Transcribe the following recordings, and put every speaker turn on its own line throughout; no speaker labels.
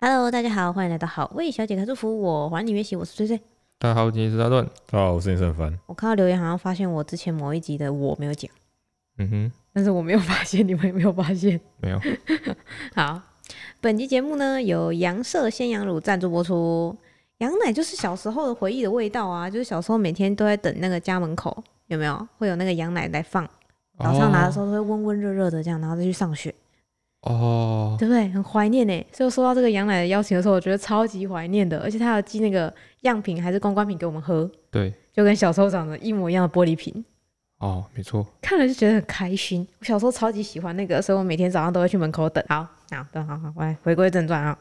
Hello，大家好，欢迎来到好味小姐开祝福，我还你原形，我是翠翠。
大家好，今天是大段。
大家好，哦我是林胜凡。
我看到留言好像发现我之前某一集的我没有讲，
嗯哼，
但是我没有发现， 你们有没有发现？
没有，
好，本集节目呢由羊舍鲜羊乳赞助播出。羊奶就是小时候的回忆的味道啊，就是小时候每天都在等那个家门口有没有会有那个羊奶来放，早上拿的时候都会温温热热的这样，然后再去上学，
哦，
对不对？很怀念呢。所以我收到这个羊奶的邀请的时候，我觉得超级怀念的，而且他要寄那个样品还是公关品给我们喝，
对，
就跟小时候长得一模一样的玻璃瓶。
哦，没错，
看了就觉得很开心。我小时候超级喜欢那个，所以我每天早上都会去门口等。好，好，等好好，我来回归正传啊。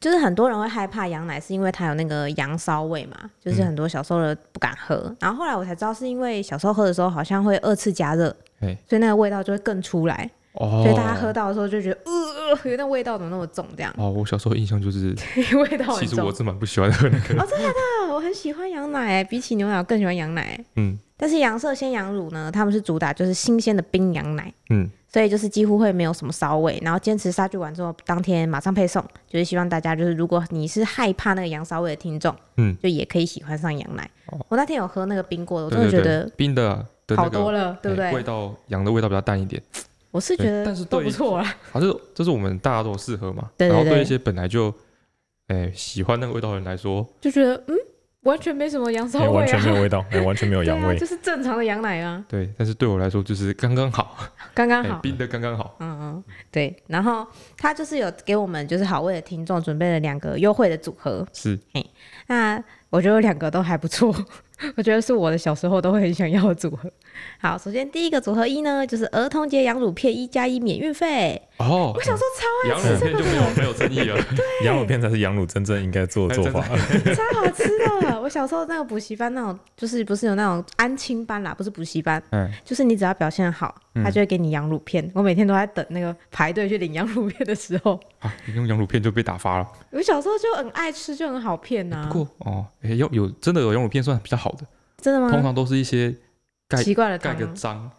就是很多人会害怕羊奶，是因为它有那个羊骚味嘛，就是
嗯
很多小时候的不敢喝。然后后来我才知道，是因为小时候喝的时候好像会二次加热，
嘿
所以那个味道就会更出来，
哦，
所以大家喝到的时候就觉得，呃，呃那味道怎么那么重？这样
哦，我小时候印象就是，
味道很
其实
重。
我是蛮不喜欢喝那个，
哦，真的真的，我很喜欢羊奶，欸比起牛奶我更喜欢羊奶。欸
嗯
但是羊舍鲜羊乳呢，他们是主打就是新鲜的冰羊奶。
嗯，
所以就是几乎会没有什么骚味，然后坚持杀菌完之后，当天马上配送，就是希望大家就是如果你是害怕那个羊骚味的听众，
嗯，
就也可以喜欢上羊奶。
哦
我那天有喝那个冰过的， 我
我
真的觉得
冰的啊的
好
那
多
个，
了，对不
哎味
对？
道羊的味道比较淡一点，
我是觉
对
得
但是
都
对
不错啦。
反正就是我们大家都有适合嘛，
对对
然后对
对
一些本来就，哎，喜欢那个味道的人来说，
就觉得嗯，完全没什么羊骚
哎、
味
完全
啊，
没有味道， 哎、完全没有
对
羊
啊，
味。
就是正常的羊奶啊，
对，但是对我来说就是刚刚好，
刚刚
哎
好，。
冰的刚刚好，
嗯嗯，对，然后他就是有给我们就是好味的听众准备了两个优惠的组合，
是
那我觉得有两个都还不错， 我觉得是我的小时候都会很想要的组合。好，首先第一个组合一呢，就是儿童节羊乳片一加一免运费。
哦，
我小时候
羊肉片就没有没有争议 了，
羊乳片才是羊乳真正应该做的
哎
做法。
超超好吃的，我小时候那个补习班那种，就是不是有那种安亲班啦，不是补习班，
嗯，
就是你只要表现好，他就会给你羊乳片。我每天都在等那个排队去领羊乳片的时候，
啊，你用羊乳片就被打发了。
我小时候就很爱吃，就很好骗啊呐、
不过哦，哎，要有真的有羊乳片算比较好的，
真的
通
吗？
常都是一些盖
奇怪的
盖
糖
个章，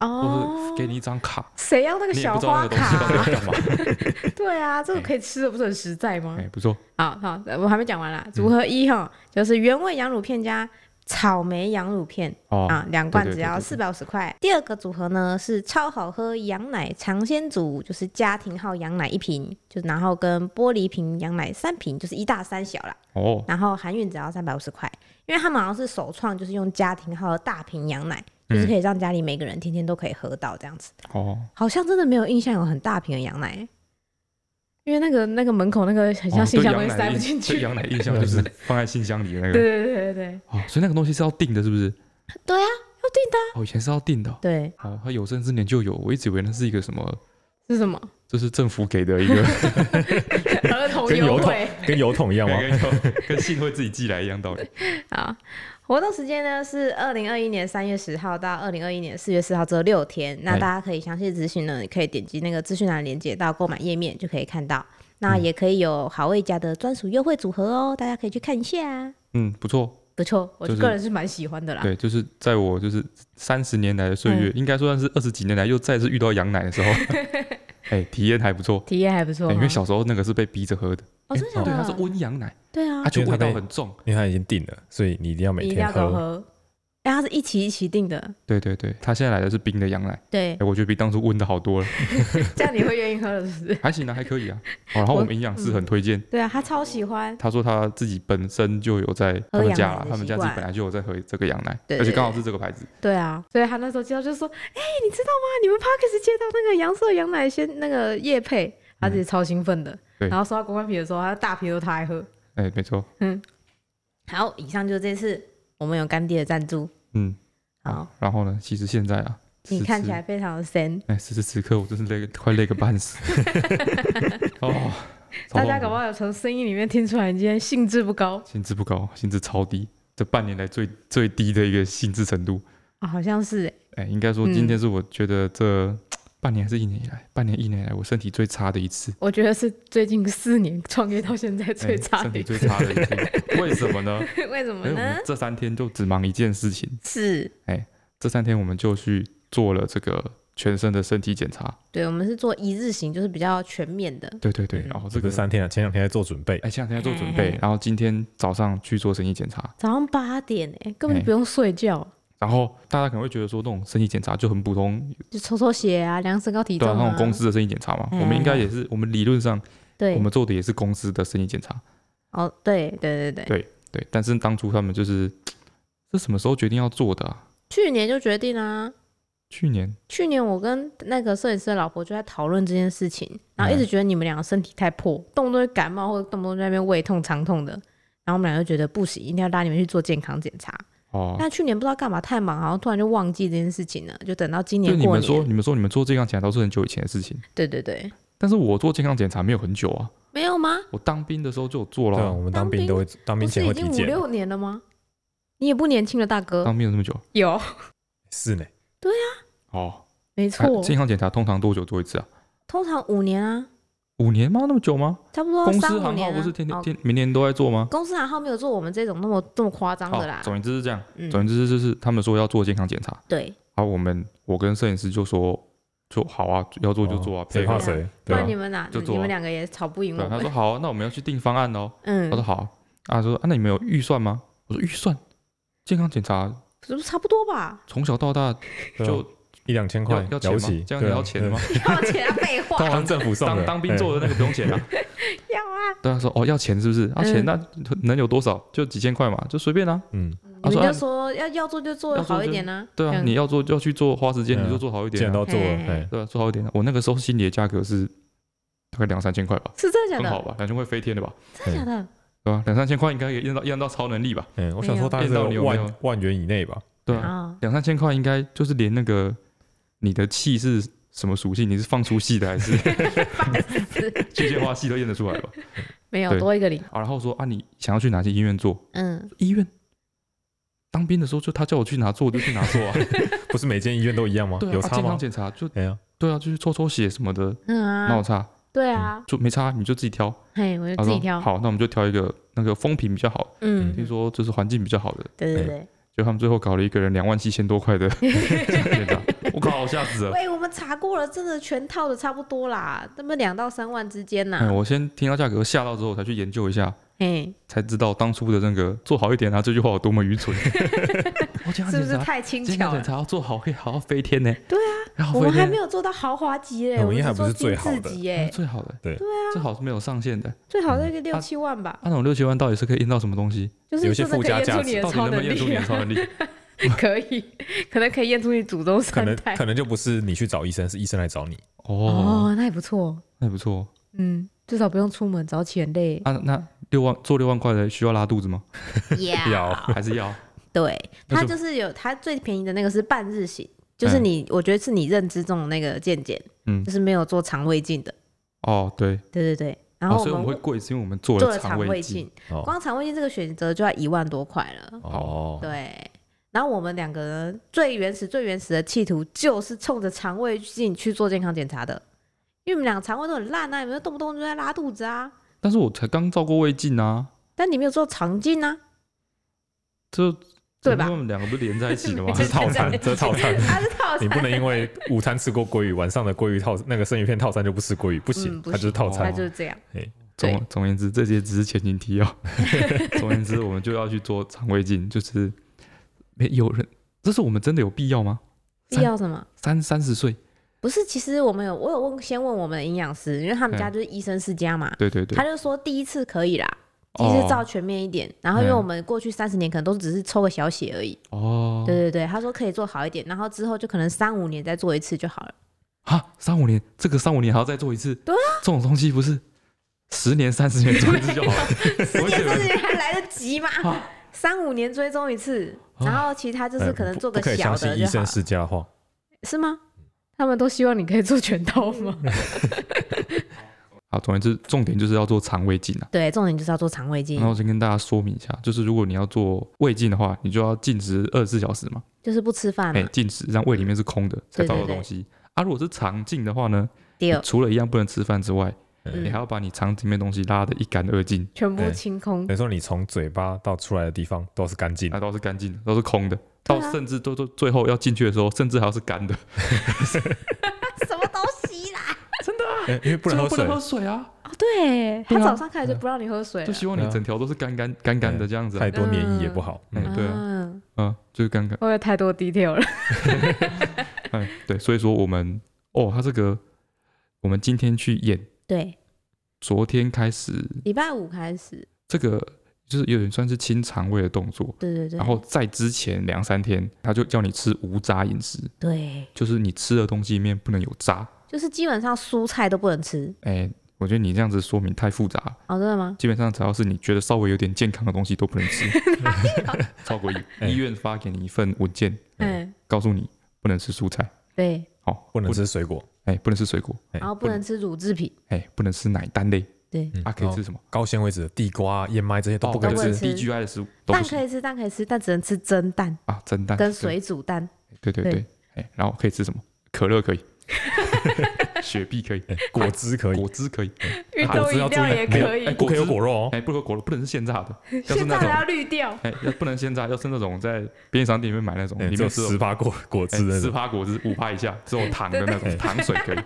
哦
或是给你一张卡，
谁要那个
你也
小
不知道
花
那个东西到底
卡？
要干嘛。
对啊，这个可以吃的不是很实在吗？
哎，不嗯错，
好好，呃我还没讲完啦。组合一哈，就是原味羊乳片加草莓羊乳片
哦
啊，两罐
对对
只要
对对
四百五十块。第二个组合呢是超好喝羊奶尝鲜组，就是家庭号羊奶一瓶，就是然后跟玻璃瓶羊奶三瓶，就是一大三小啦。
哦，
然后含运只要三百五十块，因为他们好像是首创，就是用家庭号的大瓶羊奶，就是
嗯
可以让家里每个人天天都可以喝到这样子。
哦，
好像真的没有印象有很大瓶的羊奶欸。因为那个那个门口那个很像
哦
信箱
对
东西
羊奶
塞不
印
进去，
对羊奶印象就是放在信箱里的那个。
对对对对
哦，所以那个东西是要订的，是不是？
对啊，要订的。
哦，以前是要订的哦。
对，
哦，它有生之年就有，我一直以为那是一个什么，
是 什么？
这是政府给的 一个，
儿童
跟
优
油桶
惠
跟油桶一 样吗？
跟信会自己寄来一样道理。
啊！活动时间呢是二零二一年三月十号到二零二一年四月四号，只有六天。那
哎
大家可以详细资讯呢，可以点击那个资讯栏连接到购买页面就可以看到。
嗯
那也可以有好味家的专属优惠组合哦，大家可以去看一下。
嗯，不错，
不错，我
就是
个人是蛮喜欢的啦。
对，就是在我就是三十年来的岁
嗯
月，应该说算是二十几年来又再次遇到羊奶的时 候，哎，体验还不错。
体验还不错哈，
哎因为小时候那个是被逼着喝的，
哦，真的假
对，它是
的？
温羊奶，
对啊
它，就
因为
味
它被
道很重。
因为它已经定了，所以你一定要每
你一定
天
要给我
喝。
喝。哎，它是一起一起订的，
对对对，它现在来的是冰的羊奶，
对
哎、，我觉得比当初温的好多 了，
这样你会愿意喝了是不是？
还行啊，还可以啊。哦、然后我们营养师很推荐，
对啊，他超喜欢。
他说他自己本身就有在
喝
他们家
羊奶
啦
的，
他们家
习
自
惯
己本来就有在喝这个羊奶，
对对
而且刚好是这个牌子，
对啊，所以他那时候接到就说：“哎、你知道吗？你们 p a r k e s 接到那个羊舍羊奶鲜那个叶配，他自己超兴奋的。
对
然后收到公关啤的时候，他大啤都他爱喝。
哎、没错，
嗯好，以上就是这次我们有干爹的赞助。
嗯，
好，
然后呢，其实现在啊，
你
此
看起
时
来。非常的神，
哎，此时此刻我真是累，快累个半 死。哦，
大家搞不
好
好有从声音里面听出来，你今天兴致不高
薪资不高，薪资超低，这半年来最最低的一个薪资程度。
啊，好像是、欸。
哎，应该说今天是我觉得这半年还是一年以来，半年一年以来我身体最差的一次，
我觉得是最近四年创业到现在 最
哎
差
身
的
体
一个，
最差的一次。为什么 呢？
为什
因
么
哎为我
呢
们？这三天就只忙一件事情，
是
这三天我们就去做了这个全身的身体检查。
对，我们是做一日型，就是比较全面的。
对对对，
嗯
然哎哦后这
这个
个
三天了，前两天在做准备，
哎，前两天要做准
嗯嗯
备，然后今天早上去做身体检查，
早上八点哎、根本就
哎
不用睡觉，
然后大家可能会觉得说那种身体检查就很普通，
就抽抽血啊，量身高体
对
重啊。
啊，那种公司的身体检查嘛，
嗯
我们应该也是，我们理论上
对
我们做的也是公司的身体检查，
哦，对对对对，
对对，但是当初他们就是这什么时候决定要做的啊？
去年就决定啦、
去年
去年我跟那个摄影师的老婆就在讨论这件事情，然后一直觉得你们两个身体太破，动不动就感冒或者动不动在那边胃痛、肠痛的，然后我们俩就觉得不行，一定要拉你们去做健康检查。
哦，
但去年不知道干嘛太忙，好像突然就忘记这件事情了，就等到今
就
年
你
过
们说
年。
你们说你们做健康检查都是很久以前的事情，
对对对，
但是我做健康检查没有很久啊，
没有吗？
我当兵的时候就有做
对啊，
了，
我们
当
当兵
兵
都会当
不
兵
是
前
已
会
经
体
五
检，
六年了吗？你也不年轻了，大哥。
当兵有这么久
有，
是呢，
哦。
没
啊
错，
健康检查通常多久做一次啊？
通常五年啊，
五年吗？那么久吗？
差不多
公司
哦三五
行号
年啊。
不是天天
哦
天明年都在做吗？
公司行号没有做我们这种那么这么夸张
好
的啦，。
哦总之是这样，
嗯，
总之就是他们说要做健康检查，
对，
然后我们我跟摄影师就说就好啊，要做就做啊，
哦谁
配
怕
合。
谁，
不
对吧
然你？们哪？
就做啊
你们两个也吵不赢
对
我
啊，他
们。
说好啊，那我们要去定方案哦。
嗯
他，说好啊，他说啊，那你们有预算吗？我说预算，健康检查
是不是差不多吧
？从小到大
对啊
就
一两千
要
块了
要钱
不
吗
起，？
这样
对
也
啊
要钱的吗？？
要钱啊，废话，
当政府送
当
的，
当兵做的那个不用钱啊。
要啊。
对他说哦，要钱是不是？啊钱那能有多少？就几千块嘛，就随便啊。
哎，嗯，
你
他说
们就
啊
说要要做就做
要做
好一
就
点呢。
对啊，
嗯
你要做就要去做，花时间
嗯
你就做好一
既
点
然
啊。
都做了，
嘿
哎，
对啊，做好一点啊。我那个时候心里的价格是大概两三千块吧，
是真的假
很好嗯
的？
吧，两千块飞天的吧，
真的假的？
对吧？两三千块应该也验到验到超能力吧？
嗯，我想说大概
没有
在
哎电到你有没有
万万元以内吧，
对啊，
啊，
两三千块应该就是连那个你的气是什么属性，你是放出气的还 是去线化系都验得出来吧？
没有
对
多一个零。
啊，然后说啊，你想要去哪些医院做？
嗯，
医院。当兵的时候就他叫我去哪做我就去哪做啊，
不是每间医院都一样吗？
对啊，
有
啊
差
健康
吗？
检查就
哎呀，
对啊，就是抽抽血什么的，
嗯
那我
啊，
差
对啊，
就没差，你就自己挑。
嘿，我就
他
自
说
己挑。
好，那我们就挑一个那个风评比较好，
嗯，
听说就是环境比较好的，
对对
哎
对，
就他们最后搞了一个人两万七千多 块的 检查，我靠，我吓死了。
喂，我们查过了，真的全套的差不多啦，那么两到三万之间
哎，
呐。
我先听到价格吓到之后，才去研究一下，
嘿，
才知道当初的那个做好一点啊这句话有多么愚蠢。 我健康
是不
检
是
查，
太轻
健
巧
康检
了？
查要做好可以好好飞天呢。
对
啊，然后
我
飞
们还 没
天
有哎做到豪华级嘞，我
我们
们
还
只
不是
做
最
精
好
致
的
级耶，
最好的，
对
对啊，最好是没有上限的。
最好那个六
啊
七万吧
啊，，那种六七万到底是可以印到什么东西？
就是
有一些
真的可以
附加
验出
价
你
值
的
到底
超
能不能
能
验出你
力
的
啊，
超能力？
可以，可能可以验出你祖宗
可
三
能
代
可。能就不是你去找医生，是医生来找你。
哦，
哦，那也不错，
那也不错
嗯，至少不用出门，早起很 累。
啊。那六万做六万块的需要拉 肚子吗？
要
还是要？
对，
那
它
就
就是有它最便宜的那个是半日型，就是
嗯
你，我觉得是你认知中的那个健检，
嗯
就是没有做肠胃镜的，
哦，对，
对对对。然
哦
后
所以我
我
们会
们
贵，是因为我们做
做
了
了肠胃
胃
镜
镜。，
哦
光肠胃镜这个选择就要一万多块了。
哦，
对，然后我们两个人最原始、最原始的企图就是冲着肠胃镜去做健康检查的，因为我们两个肠胃都很烂啊，你们动不动就在拉肚子啊，
但是我才刚照过胃镜啊，
但你没有做肠镜啊，
这
对吧
因为我们两个不是连在一 起的吗？
没
这
事
是套餐，这是套餐。
它是 套
你
餐，
不 能因为午餐吃过鲑鱼，晚上的鲑鱼套那个生鱼片套餐就不吃鲑鱼，不行，
嗯不
它就是套
它
餐。
就是这样。对
总总而言之，这些只是前情 提要。总而言之，我们就要去做肠胃镜，就是没有人，这是我们真的有必要吗？
必要什么？
三三十岁，
不是，其实我们有，我有问，先问我们的营养师，因为他们家
嗯
就是医生世家嘛，
对对对
他，就说第一次可以啦，第一次
哦
照全面一点，然后因为
嗯
我们过去三十年可能都只是抽个小血而已，
哦，
对对对，他说可以做好一点，然后之后就可能三五年再做一次就好 了。
啊，三五年，这个三五年还要再做一次，
对
啊，这种东西不是十年、三十年做一次就好了，
啊十年三十年还来得及吗
啊？
三五年追踪一次，
啊
然后其他就是可能做个
嗯不不可以
小
相信
的
医
就好
生
了，
世家的话，
是吗？他们都希望你可以做全套吗？
好，总而言之，重点就是要做肠胃镜啊。
对，重点就是要做肠胃镜
然，后先跟大家说明一下，就是如果你要做胃镜的话，你就要禁食二十四小时嘛，
就是不吃饭
哎、
嘛，
禁食让胃里面是空的才
嗯对对
找到
对
东西。啊，如果是肠镜的话呢，
第
你除了一样不能吃饭之外，
嗯
你还要把你肠子里面的东西拉得一干二净，
全部
哎
清空
等于说你从嘴巴到出来的地方都是干净的，
那都是干净的，都是空的，
对
到
啊
甚至都都最后要进去的时候，甚至还要是干的，
什么东西啦？
哎因为不
最
能
后
喝水
不能。喝水啊，
哦，对他
对啊
早上开始就不让你喝水了
就，希望你
对啊哎
整条都是干干干干的这样子啊
太，多黏液也不好。
嗯
嗯，
对啊
嗯，
嗯，就是干干，
我有太多 detail 了。
哎，对，所以说我们哦，他这个我们今天去演，
对，
昨天开始
礼拜五开始，
这个就是有点算是清肠胃的动作，
对对对，
然后在之前两三天，他就叫你吃无渣饮食，
对，
就是你吃的东西里面不能有渣。
就是基本上蔬菜都不能吃。
哎，我觉得你这样子说明太复杂了，
哦，真的吗？
基本上只要是你觉得稍微有点健康的东西都不 能吃， 超过医
哎
医院发给你一份文件，
嗯，
告诉你不能吃蔬菜，
对，
哦，
不能，吃水果，
哎，不能吃水果，
哎
然后不能吃乳制品，
哎，不能吃奶蛋类，
对，
嗯
啊，可以吃什么？
高纤维质的地瓜、燕麦这些都不可
以
以
都不
能
能
吃
吃
吃。
DGI 的食物都
蛋
不
可
行
以吃，蛋可以吃，但只能吃蒸蛋
啊，蒸蛋
跟，水煮蛋。
对对对对，哎，然后可以吃什么？可乐可以， 雪碧可以，
哎果汁 可以，
果汁可以，
运
动
饮料也可
哎
不可以有
果汁
果肉哦。
哎，不能果肉不能是现榨的，要是那种
的绿掉。
哎，要不能鲜榨，要是那种在便利商店里面买那种，
哎
里
只有
面是
十八果果汁那
四
种，
趴果汁五趴 以下，只有糖的那
对
种
对
糖水 可以。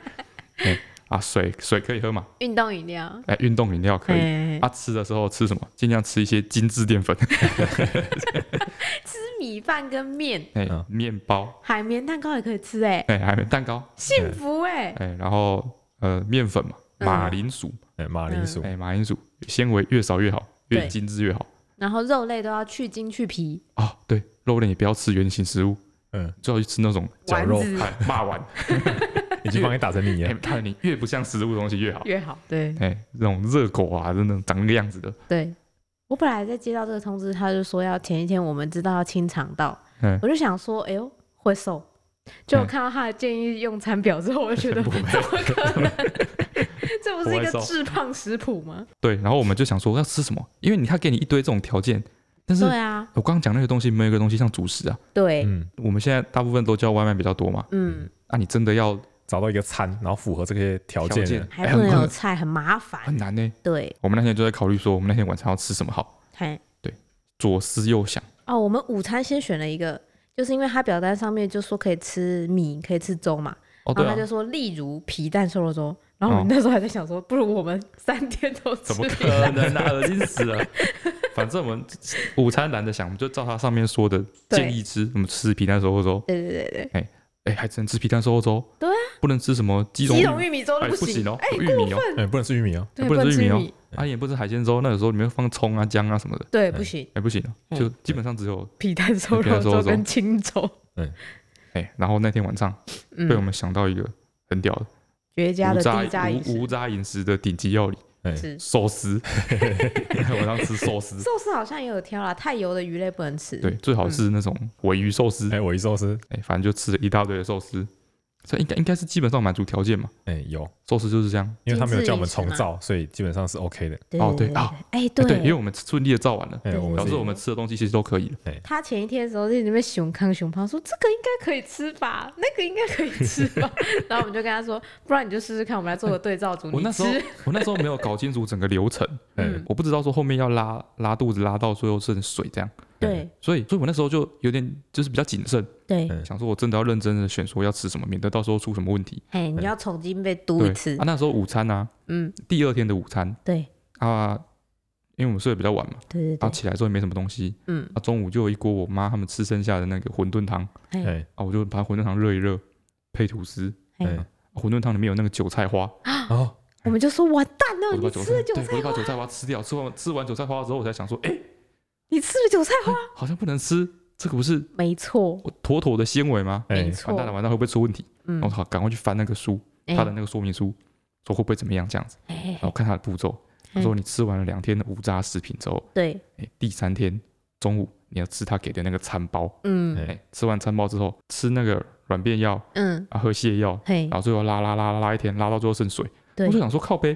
哎啊，水水可以喝嘛？
运动饮料，
哎，运动饮料可以。
哎，
啊，吃的时候吃什么？尽量吃一些精 致淀粉，
吃米饭跟面，
哎
嗯，
面包，
海绵蛋糕也可以吃，哎，
哎，还有蛋糕，
幸福哎，
哎，然后呃，面粉嘛，
嗯
马铃薯，
哎，马铃薯，
哎，马铃薯纤维越少越好，越
对
精致越好。
然后肉类都要去筋去皮，
啊，对，肉类也不要吃圆形食物，
嗯，
最好去吃那种
绞
丸
肉
子
哎骂完，
已 经帮你打成泥
哎
了，，
看你越不像食物的东西越好。
越好。对
哎、那种热狗啊，真的长那个样子的，
对，我本来在接到这个通知，他就说要前一天我们知道要清肠道，
嗯，
我就想说，哎呦会瘦。就我看到他的建议用餐表之后，我就觉得
不会
怎么可 能？这不是一
不会
个
瘦
致胖食谱吗？
对。然后我们就想说要吃什么，因为你看给你一堆这种条件，但是
对啊，
我刚刚讲那个东西没有一个东西像主食啊，
对，
嗯，
我们现在大部分都叫外卖比较多嘛，
嗯，
啊，你真的要
找到一个餐，然后符合这些条
条
件
件
的，
哎
还不能
很
有
困
菜，很麻烦
很。难呢、
对，
我们那天就在考虑说，我们那天晚上要吃什么好，
嘿，
左思右想，
哦，我们午餐先选了一个，就是因为他表单上面就说可以吃米，可以吃粥嘛，
哦，
然
对
后
啊哦
他就，说例如皮蛋瘦肉粥，然后我们那时候还在想说，不如我们三天都吃
怎么可 能啊，恶心死了。反正我们午餐懒得想，我们就照他上面说的
对
建议吃，我们吃皮蛋瘦肉粥，
对对对对，
哎、还只能吃皮蛋瘦肉粥，
对啊，
不能吃什么鸡
鸡
茸
茸玉米粥
哎
都
不
行，
哦，有玉米哦。
哎，不能吃玉米哦，
对，
不能
能
吃玉
吃
米哦
米，
啊，也不是海鲜粥，那有时候里面放葱啊、姜啊什么的，
对，不行，
哎，不行啊，
嗯
就基本上只有
皮蛋瘦
皮蛋
肉
瘦肉
粥
粥
跟清粥，
哎。然后那天晚上被我
嗯，
们想到一个很屌的
绝佳
无
的
渣
低渣饮
无无
食
渣饮食的顶级料理
哎，
是。
寿司， 晚上吃寿司，
寿司好像也有挑啦，太油的鱼类不能吃。
对，最好
嗯
是那种尾鱼寿司，
哎，我一寿司，
哎，反正就吃了一大堆的寿司，这应该应该是基本上满足条件嘛，
哎，有，
寿司就是这样。
因为他没有叫我们
精致饮
重
食嘛
造，所以基本上是 OK 的。
对
哦
对
对啊，
哎
哎对，因为
对，嗯
我们顺利的造完了，
哎，
对
我们
表
自
示
己
我们吃的东西其实都可以了。
他前一天的时候在那边熊康熊胖，说这个应该可以吃吧， 那个应该可以吃吧。 然后我们就跟他说，不然你就试试看，我们来做个对照组。
我
你
那时候
吃，
我那时候没有搞清楚整个流程，
哎
嗯，
我不知道说后面要拉拉肚子拉到最后剩水这样。
对
所以，所以我那时候就有点就是比较谨慎，
对，
嗯
想说我真的要认真的选说要吃什么，免得到时候出什么问题。
哎，你要重新被嘟
对
一次
啊，，那时候午餐啊，
嗯，
第二天的午餐
对
啊，因为我们睡得比较晚嘛，
对对
然
对，
后起来之后也没什么东西，
嗯，
啊，中午就有一锅我妈他们吃剩下的那个馄饨汤
哎
哎
啊，我就把馄饨汤热一热，配吐司，啊
哎，
哎，
馄饨汤里面有那个韭菜花，
哦，
我们就说完蛋了，
我就把
啊你吃了，
韭菜
韭
对，我
菜
就把
花，
韭菜花吃掉，吃完吃完韭菜花之后，我才想说，哎，
你吃了韭菜 花，
好像不能吃，这个不是
没错，
我妥妥的纤维吗？
没
哎，
完
错
蛋，了，完蛋，会不会出问题？
嗯
然后，好，赶快去翻那个书，
哎
他的那个说明书，说会不会怎么样这样子。
哎
然后看他的步骤，他说你吃完了两天的无渣食品之后，
对，
哎，第三天中午你要吃他给的那个餐包，
嗯
哎
哎，吃完餐包之后吃那个软便药
嗯，
啊，喝泻药，
嘿
然，后最后拉拉拉拉拉一天，拉到最后剩水。
哎对
我就想说靠背，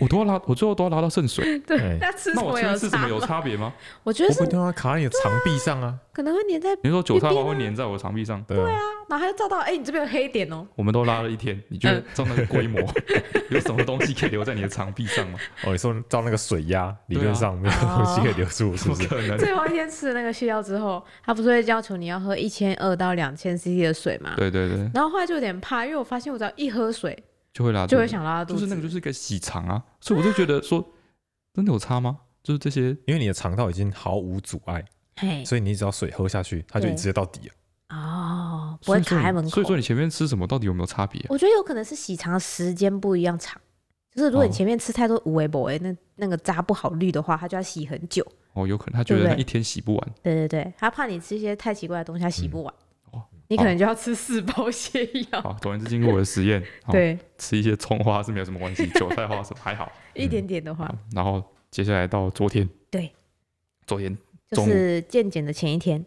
我都要拉，我最后都要拉到圣水，
哎
那吃
那
什
我
么
吃跟
有
吃什么
差
有
吗？
差别吗？
我觉得
不
是
会让它卡在你的肠壁上啊。
可能会粘在，
你说韭菜花
一定啊
会粘在我肠壁上，
对啊，
然后他就照到，哎、你这边有黑点哦、
我们都拉了一天，你觉 得
啊
照那个规模， 有什么东西可以留在你的肠壁上吗？
哦，你说照那个水压，理
对啊哦
论上没有东西可以留住，是
怎
不
么
是？
可能？
最后一天吃了那个泻药之后，他不是会要求你要喝一千二到两千 CC 的水嘛？
对对对，
然后后来就有点怕，因为我发现我只要一喝水
就会拉，
就会想拉肚
就
子。
是那个就是一个洗肠啊，所以我就觉得说，真的有差吗？就是这些
因为你的肠道已经毫无阻碍，
嘿
所以你只要水喝下去，它就
对
直接到底了。
哦，不
所
会
以说
卡在
你
门口。
所以说你前面吃什么到底有没有差别啊、
我觉得有可能是洗肠时间不一样长，就是如果你前面吃太多五维博维，那那个渣不好滤的话，它就要洗很久。
哦，有可能他觉
对
得
不
他
对
一天洗不完，
对对对，他怕你吃一些太奇怪的东西，它洗不完，
嗯哦
你可能就要吃四包泻药。
好，总而言之，经过我的实 验，好
对，
吃一些葱花是没有什么关系，韭菜花是还好。
一点点的话，
好然后接下来到昨天，
对，
昨天
就
中午
是健检的前一天，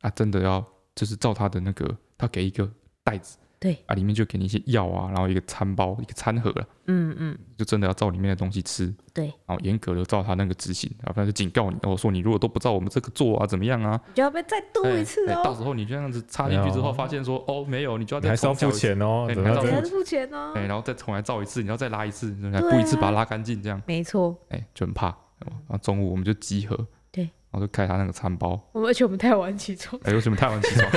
啊，真的要就是照他的那个，他给一个袋子，
对，
啊，里面就给你一些药啊，然后一个餐包，一个餐盒了，
嗯嗯，
就真的要照里面的东西吃，
对，
然后严格的照他那个执行，啊，不然就警告你，我说你如果都不照我们这个做啊，怎么样啊？
你就要被再度一次
哎哎到
哦，
时候你就这样子插进去之
哎
后，
呦
发现说哦没有，你就要
你
再
还是要付
重缴一次，
钱哦，
对
怎
你
么
还
样
是
只
要
这
能付钱哦
哎，，然后再重来照一次，你要再拉一次，你
对啊
故意次把它拉干净，这样
没错。
哎就很怕。然后中午我们就集合，
对，
然后就开他那个餐包，
我们而且我们太晚起床，
哎，为什么太晚起床？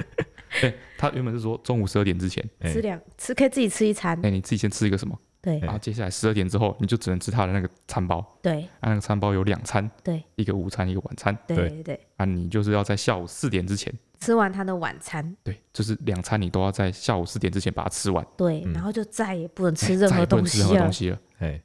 哎，他原本是说中午十二点之前，
吃两吃可以自己吃一餐，
哎，你自己先吃一个什么，
对
然后接下来十二点之后，你就只能吃他的那个餐包，
对
啊，那个餐包有两餐，
对，
一个午餐，一个晚餐，
对
对
对对，
啊，你就是要在下午四点之前，
吃完他的晚餐，
对，就是两餐你都要在下午四点之前把它吃完，
对，
嗯
然后就再也不能
哎
吃任
再
何
也不
东
能吃任
西
何
了
东，西了。
哎，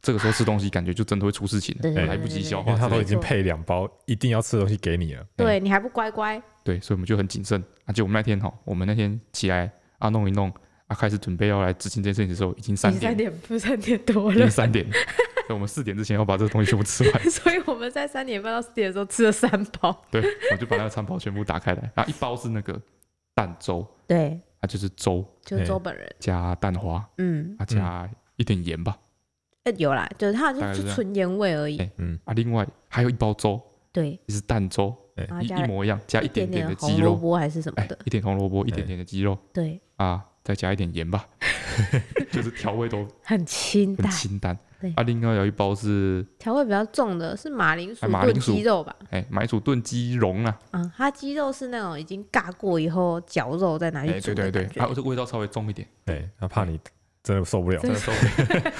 这个时候吃东西，感觉就真的会出事情
对对对
了，来不及消
因
化
为
之
它
类
都
的。
已经配两包一定要吃的东西给你了。
对你还不乖乖，
对，所以我们就很谨慎。而且我们那天哈，我们那天起来啊弄一弄啊，开始准备要来执行这件事情的时候，已经三
已经
点，
点不是三点多
已经三点了， 所以我们四点之前要把这个东西全部吃完。
所以我们在三点半到四点的时候吃了三包，
对，我就把那个餐包全部打开来，啊然后一包是那个蛋粥，
对，
啊就是粥
就是周本人，
加蛋花，
嗯，
啊加一点盐吧，
呃有啦，就是他好
大
像
概
就是
这样
纯盐味而已，
哎
嗯，
啊另外还有一包粥，
对，
也是蛋粥，
然后
一
加
一模一样，加一点
点
的鸡
红萝
肉，
卜还是什么
哎
的，，
一点红萝卜，一点点的鸡肉
对，
啊，再加一点盐吧， 就是调味都
很清
很
淡，
清淡
对。
啊，另外有一包是
调味比较重的是马铃薯
哎马
炖
铃薯
鸡肉吧，
哎买煮炖鸡蓉啊，
嗯，它鸡肉是那种已经尬过以后绞肉再拿去
哎
煮
对
的
对对
感，觉，
啊这味道稍微重一点，
哎，那怕你真的受不了，
真的受 不了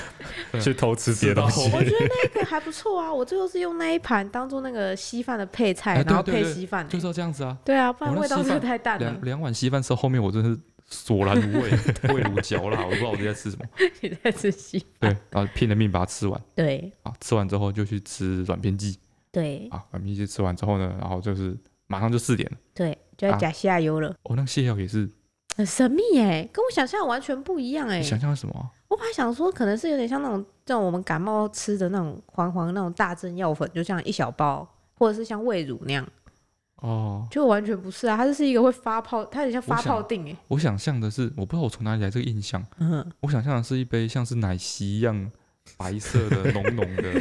去偷吃别的东西
吃到。
我觉得那个还不错啊，我最后是用那一盘当做那个稀饭的配菜，
哎对
然后
对
配
对
稀饭、
就是要这样子啊。
对啊，不然
我那
味道
稀
真的
饭
太淡了
两。两碗稀饭吃到后面，我真的是索然无味， 味如嚼蜡，我不知道我在吃什么。
你在吃稀
对，然后拼了命把它吃完
对
啊，吃完之后就去吃软便剂
对
啊，软便剂吃完之后呢，然后就是马上就四点了。
对，就要
啊
加下油了，
哦，那个泻药也是，
很神秘哎、跟我想象的完全不一样哎、
你想象是什么啊？
我本来想说可能是有点像那种这种我们感冒吃的那种黄黄的那种大正药粉，就像一小包，或者是像胃乳那样，
哦，
就完全不是啊，它就是一个会发泡，它很像发
我想
泡定哎、
我想象的是，我不知道我从哪里来这个印象。
嗯，
我想象的是一杯像是奶昔一样白色的、浓浓的、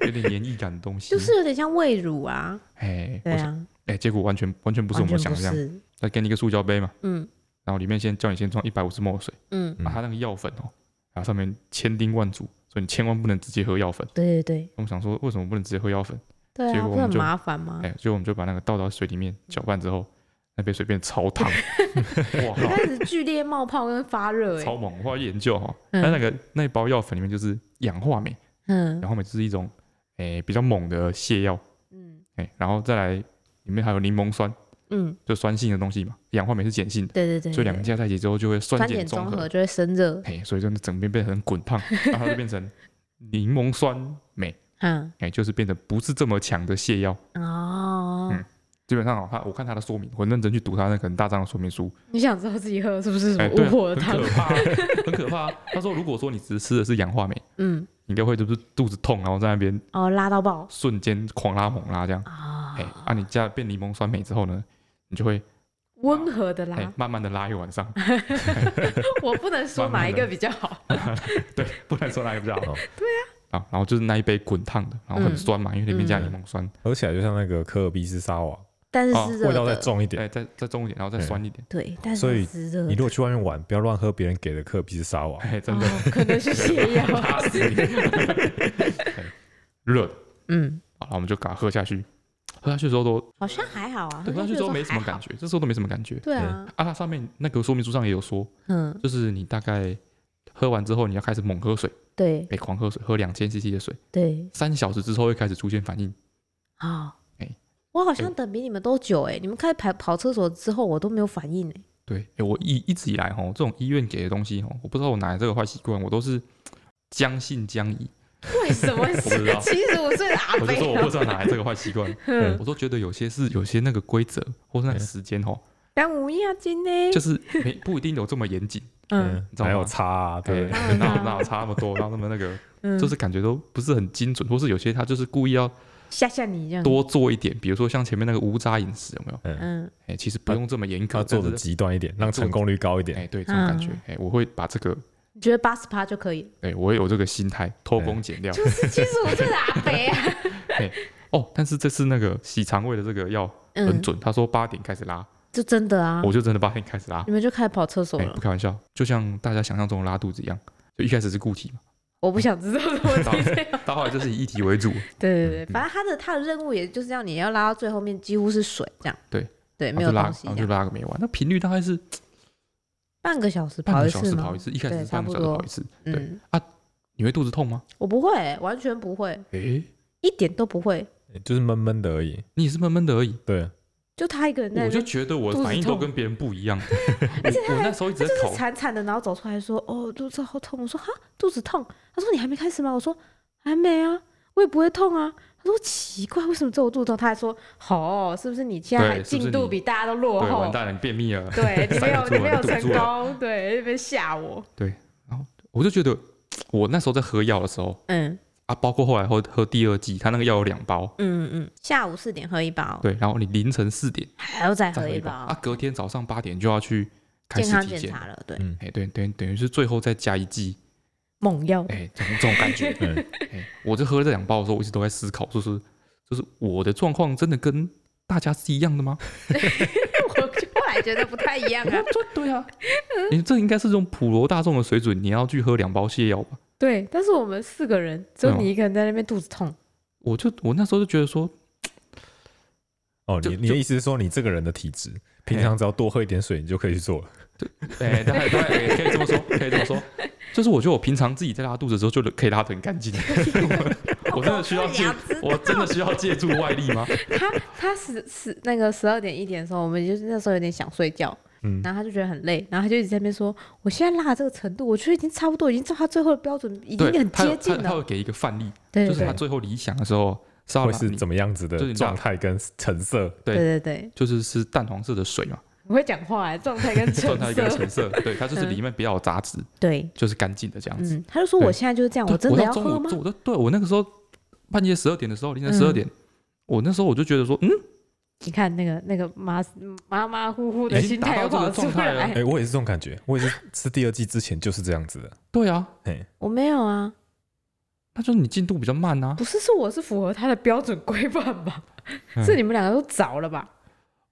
有点黏液感的东西。
就是有点像胃乳啊，
哎，我
对
想，
啊，
哎，结果完全完全不
不
是我们想
不
象。
是，
再给你一个塑胶杯嘛，
嗯
然后里面先叫你先装一百五十 ml 水，
嗯，
啊，它那个药粉哦，然后上面千叮万嘱，所以你千万不能直接喝药粉。
对对对。
我们想说，为什么不能直接喝药粉？
对
结
啊，
果
不
我
是
们
很
就
麻烦吗？
哎，所以我们就把那个倒到水里面搅拌之后，那杯水变超烫，哇，
一开始剧烈冒泡跟发热、
超
哎，
猛！我后来研究哈、哦，
嗯
它那个那一包药粉里面就是氧化镁，
嗯
氧化镁就是一种诶、比较猛的泻药，
嗯
哎、然后再来里面还有柠檬酸，
嗯，
就酸性的东西嘛，氧化镁是碱性的，
对对对
所以两个
对
加在一起之后就会酸
酸
碱
碱
中
中
和
和，就会生热，
哎、所以真的整边变得很滚烫，然后它就变成柠檬酸镁，
嗯
哎、就是变得不是这么强的泻药。
哦，
嗯基本上哦，它我看它的说明，我很认真去读它那个很大张的说明书，
你想知道自己喝的是不是什
哎、
么
对、
巫婆
啊，很
的汤？
可怕啊、 很可怕啊、他说，如果说你只吃的是氧化镁，
嗯，
你应该会就是肚子痛，然后在那边
哦，拉到爆
瞬间狂拉猛拉这样。哎
啊
哎、啊，你加了变柠檬酸镁之后呢，你就会
温和的
哎
拉，，
慢慢的拉一个晚 上，
我不能说
慢慢
哪一个
地
比较好。
对，不能说拉一个比较好。
哦
对啊，然后就是那一杯滚烫的，然后很酸嘛，因为里面加柠檬酸，
喝起来就像那个可尔必斯沙瓦，
但是
哦
是热
味道再
的，
重一点。
对，再再重一点，然后再酸一点，
对，但
所
是
以
是热
你
的。
如果去外面玩，不要乱喝别人给的可尔必斯沙瓦。
哎，真的
哦可能是泻药。
拉死你， 哎热的，
嗯，
好，然后我们就给它喝下去，喝下去之后都，
好像还好啊，
对，喝
好像
下去之后没什么感
觉。
觉，这时候都没什么感觉。
对啊，
啊，它上面那个说明书上也有说，
嗯，
就是你大概喝完之后，你要开始猛喝水，
对
哎，狂喝水，喝两千 CC 的水，
对，
三小时之后会开始出现反应。
好
哎。
哦我好像等比你们都久哎、你们开始跑跑厕所之后，我都没有反应哎、
对，哎，我一一直以来哈，这种医院给的东西哈，我不知道我哪来这个坏习惯，我都是将信将疑，
为什 么
我 不知道
七十五岁的阿
我就
伯
说我
哦
不知道哪来这个坏习惯，
嗯
我都觉得有些是有些那个规则或是那个时间哈，
干五亚金呢？
就是没不一定有这么严谨，
啊嗯
嗯，哪有差啊？对
对，
不对，
嗯
哪有哪有差那么多，然后那么那个，
嗯，
就是感觉都不是很精准，或是有些他就是故意要
吓吓你这样。
多做一点，比如说像前面那个无渣饮食有没有？
嗯
哎，其实不用这么严格，
他做的
但是
极端一点，让成功率高一点。
嗯哎，对这种感觉
嗯，
哎，我会把这个，
你觉得八十趴就可以？
哎，我会有这个心态，偷工减料。
就是七十五岁的阿伯啊。
哦，但是这次那个洗肠胃的这个药很
嗯，
准，他说八点开始拉，
就真的啊
我，就真的八点开始拉
你，们就开始跑厕所
哎，
了
不。开玩笑，就像大家想象中的拉肚子一样，就一开始是固体嘛，
我不想知 道什么
到
这样。
到后来就是以液体为主，
对对对，
嗯
反正他的他的任务也就是要你要拉到最后面，几乎是水这样。
对
对，
然
没
后就
有
拉，
东西
然后
这
就
样。
拉个没完，那频率大概是
半个小时
半
跑
个
一
小
次
时
吗
跑一？次，一开始
对
是半个
差不
小时
多
跑一次，对，啊
嗯，
你会肚子痛吗？
我不会，完全不会，
诶，
一点都不会。
就是闷闷的而已。
你也是闷闷的而已。
对，
就他一个人在
我
那
就
边，
觉得我
肚子
的反应都
痛
跟别人不 一样，
而且
我
他
那
还
时候一
他
直
就
在
是
考，
惨惨的，然后走出来说：“哦，肚子好痛。”我说：“哈，肚子痛。”他说：“你还没开始吗？”我说：“还没啊，我也不会痛啊。”他说：“奇怪，为什么只有我肚子痛？”他还说：“哦，是不是你现在
对
还
是不
进
是
度
你
比大家都落
对，
后
完？蛋了，你便秘了。
对，你没有，
塞不
你
住
没
了
有
堵
成
住了
功，对，那边吓我。
我就觉得我那时候在喝药的时候
嗯
啊，包括后来喝喝第二剂，他那个药有两包，
嗯嗯，下午四点喝一包，
对，然后你凌晨四点
还要再喝
再喝
一
一
包
包，啊，隔天早上八点就要去开
健
始
康
体
检
检，
查了，对，
嗯，
哎，对，等等于是最后再加一剂，
猛药。
哎，这种这种感觉，
嗯
哎，我就喝了这两包的时候，我一直都在思考，就是就是我的状况真的跟大家是一样的吗？
我就后来觉得不太一样
我
啊
说。对对啊，你这应该是这种普罗大众的水准，你要去喝两包泻药吧？
对，但是我们四个人，只有
对吗
你一个人在那边肚子痛。
我就我那时候就觉得 说，
哦，
就
你你的意思是说，你这个人的体质，平常只要多喝一点水，你就可以去做了。
哎、大家大家也可以这么说，可以这么说，就是我觉得我平常自己在拉肚子的时候就可以拉得很干净， 我真的需要借
我啊不想知道，
我真的需要借助外力吗？
他他十十那个十二点一点的时候，我们就是那时候有点想睡觉，
嗯
然后他就觉得很累，然后他就一直在那边说：“我现在拉的这个程度，我觉得已经差不多，已经照他最后的标准，已经
对，
很
他
接
有
近
他他
了。
会给一个范例，
对”
就
对
是他
对
最后理想的时候是要
会
把
是
你
怎么样子
就是你
的
知道
状态跟成色？
对
对对对，
就是是淡黄色的水 嘛，
我会讲话哎，状态跟 成
状态跟
色。
橙色，对，它就是里面不要有杂质，
对，
就是干净的这样子。
嗯，他就说我
对
现在就是这样，
对
真的要
到中
喝
午
吗嗯
做，？我都对我那个时候半夜十二点的时候，凌晨十二点，我那时候我就觉得说，嗯，
你看那个那个马马马虎虎的
已经
心态
达
又
到
跑
这
出
个状态了
来
哎，，我也是这种感觉，我也是吃第二季之前就是这样子的。
对啊，
嘿，
我没有啊，
那就是你进度比较慢啊。
不是是我是符合他的标准规范吧？
嗯
是你们两个都着了吧？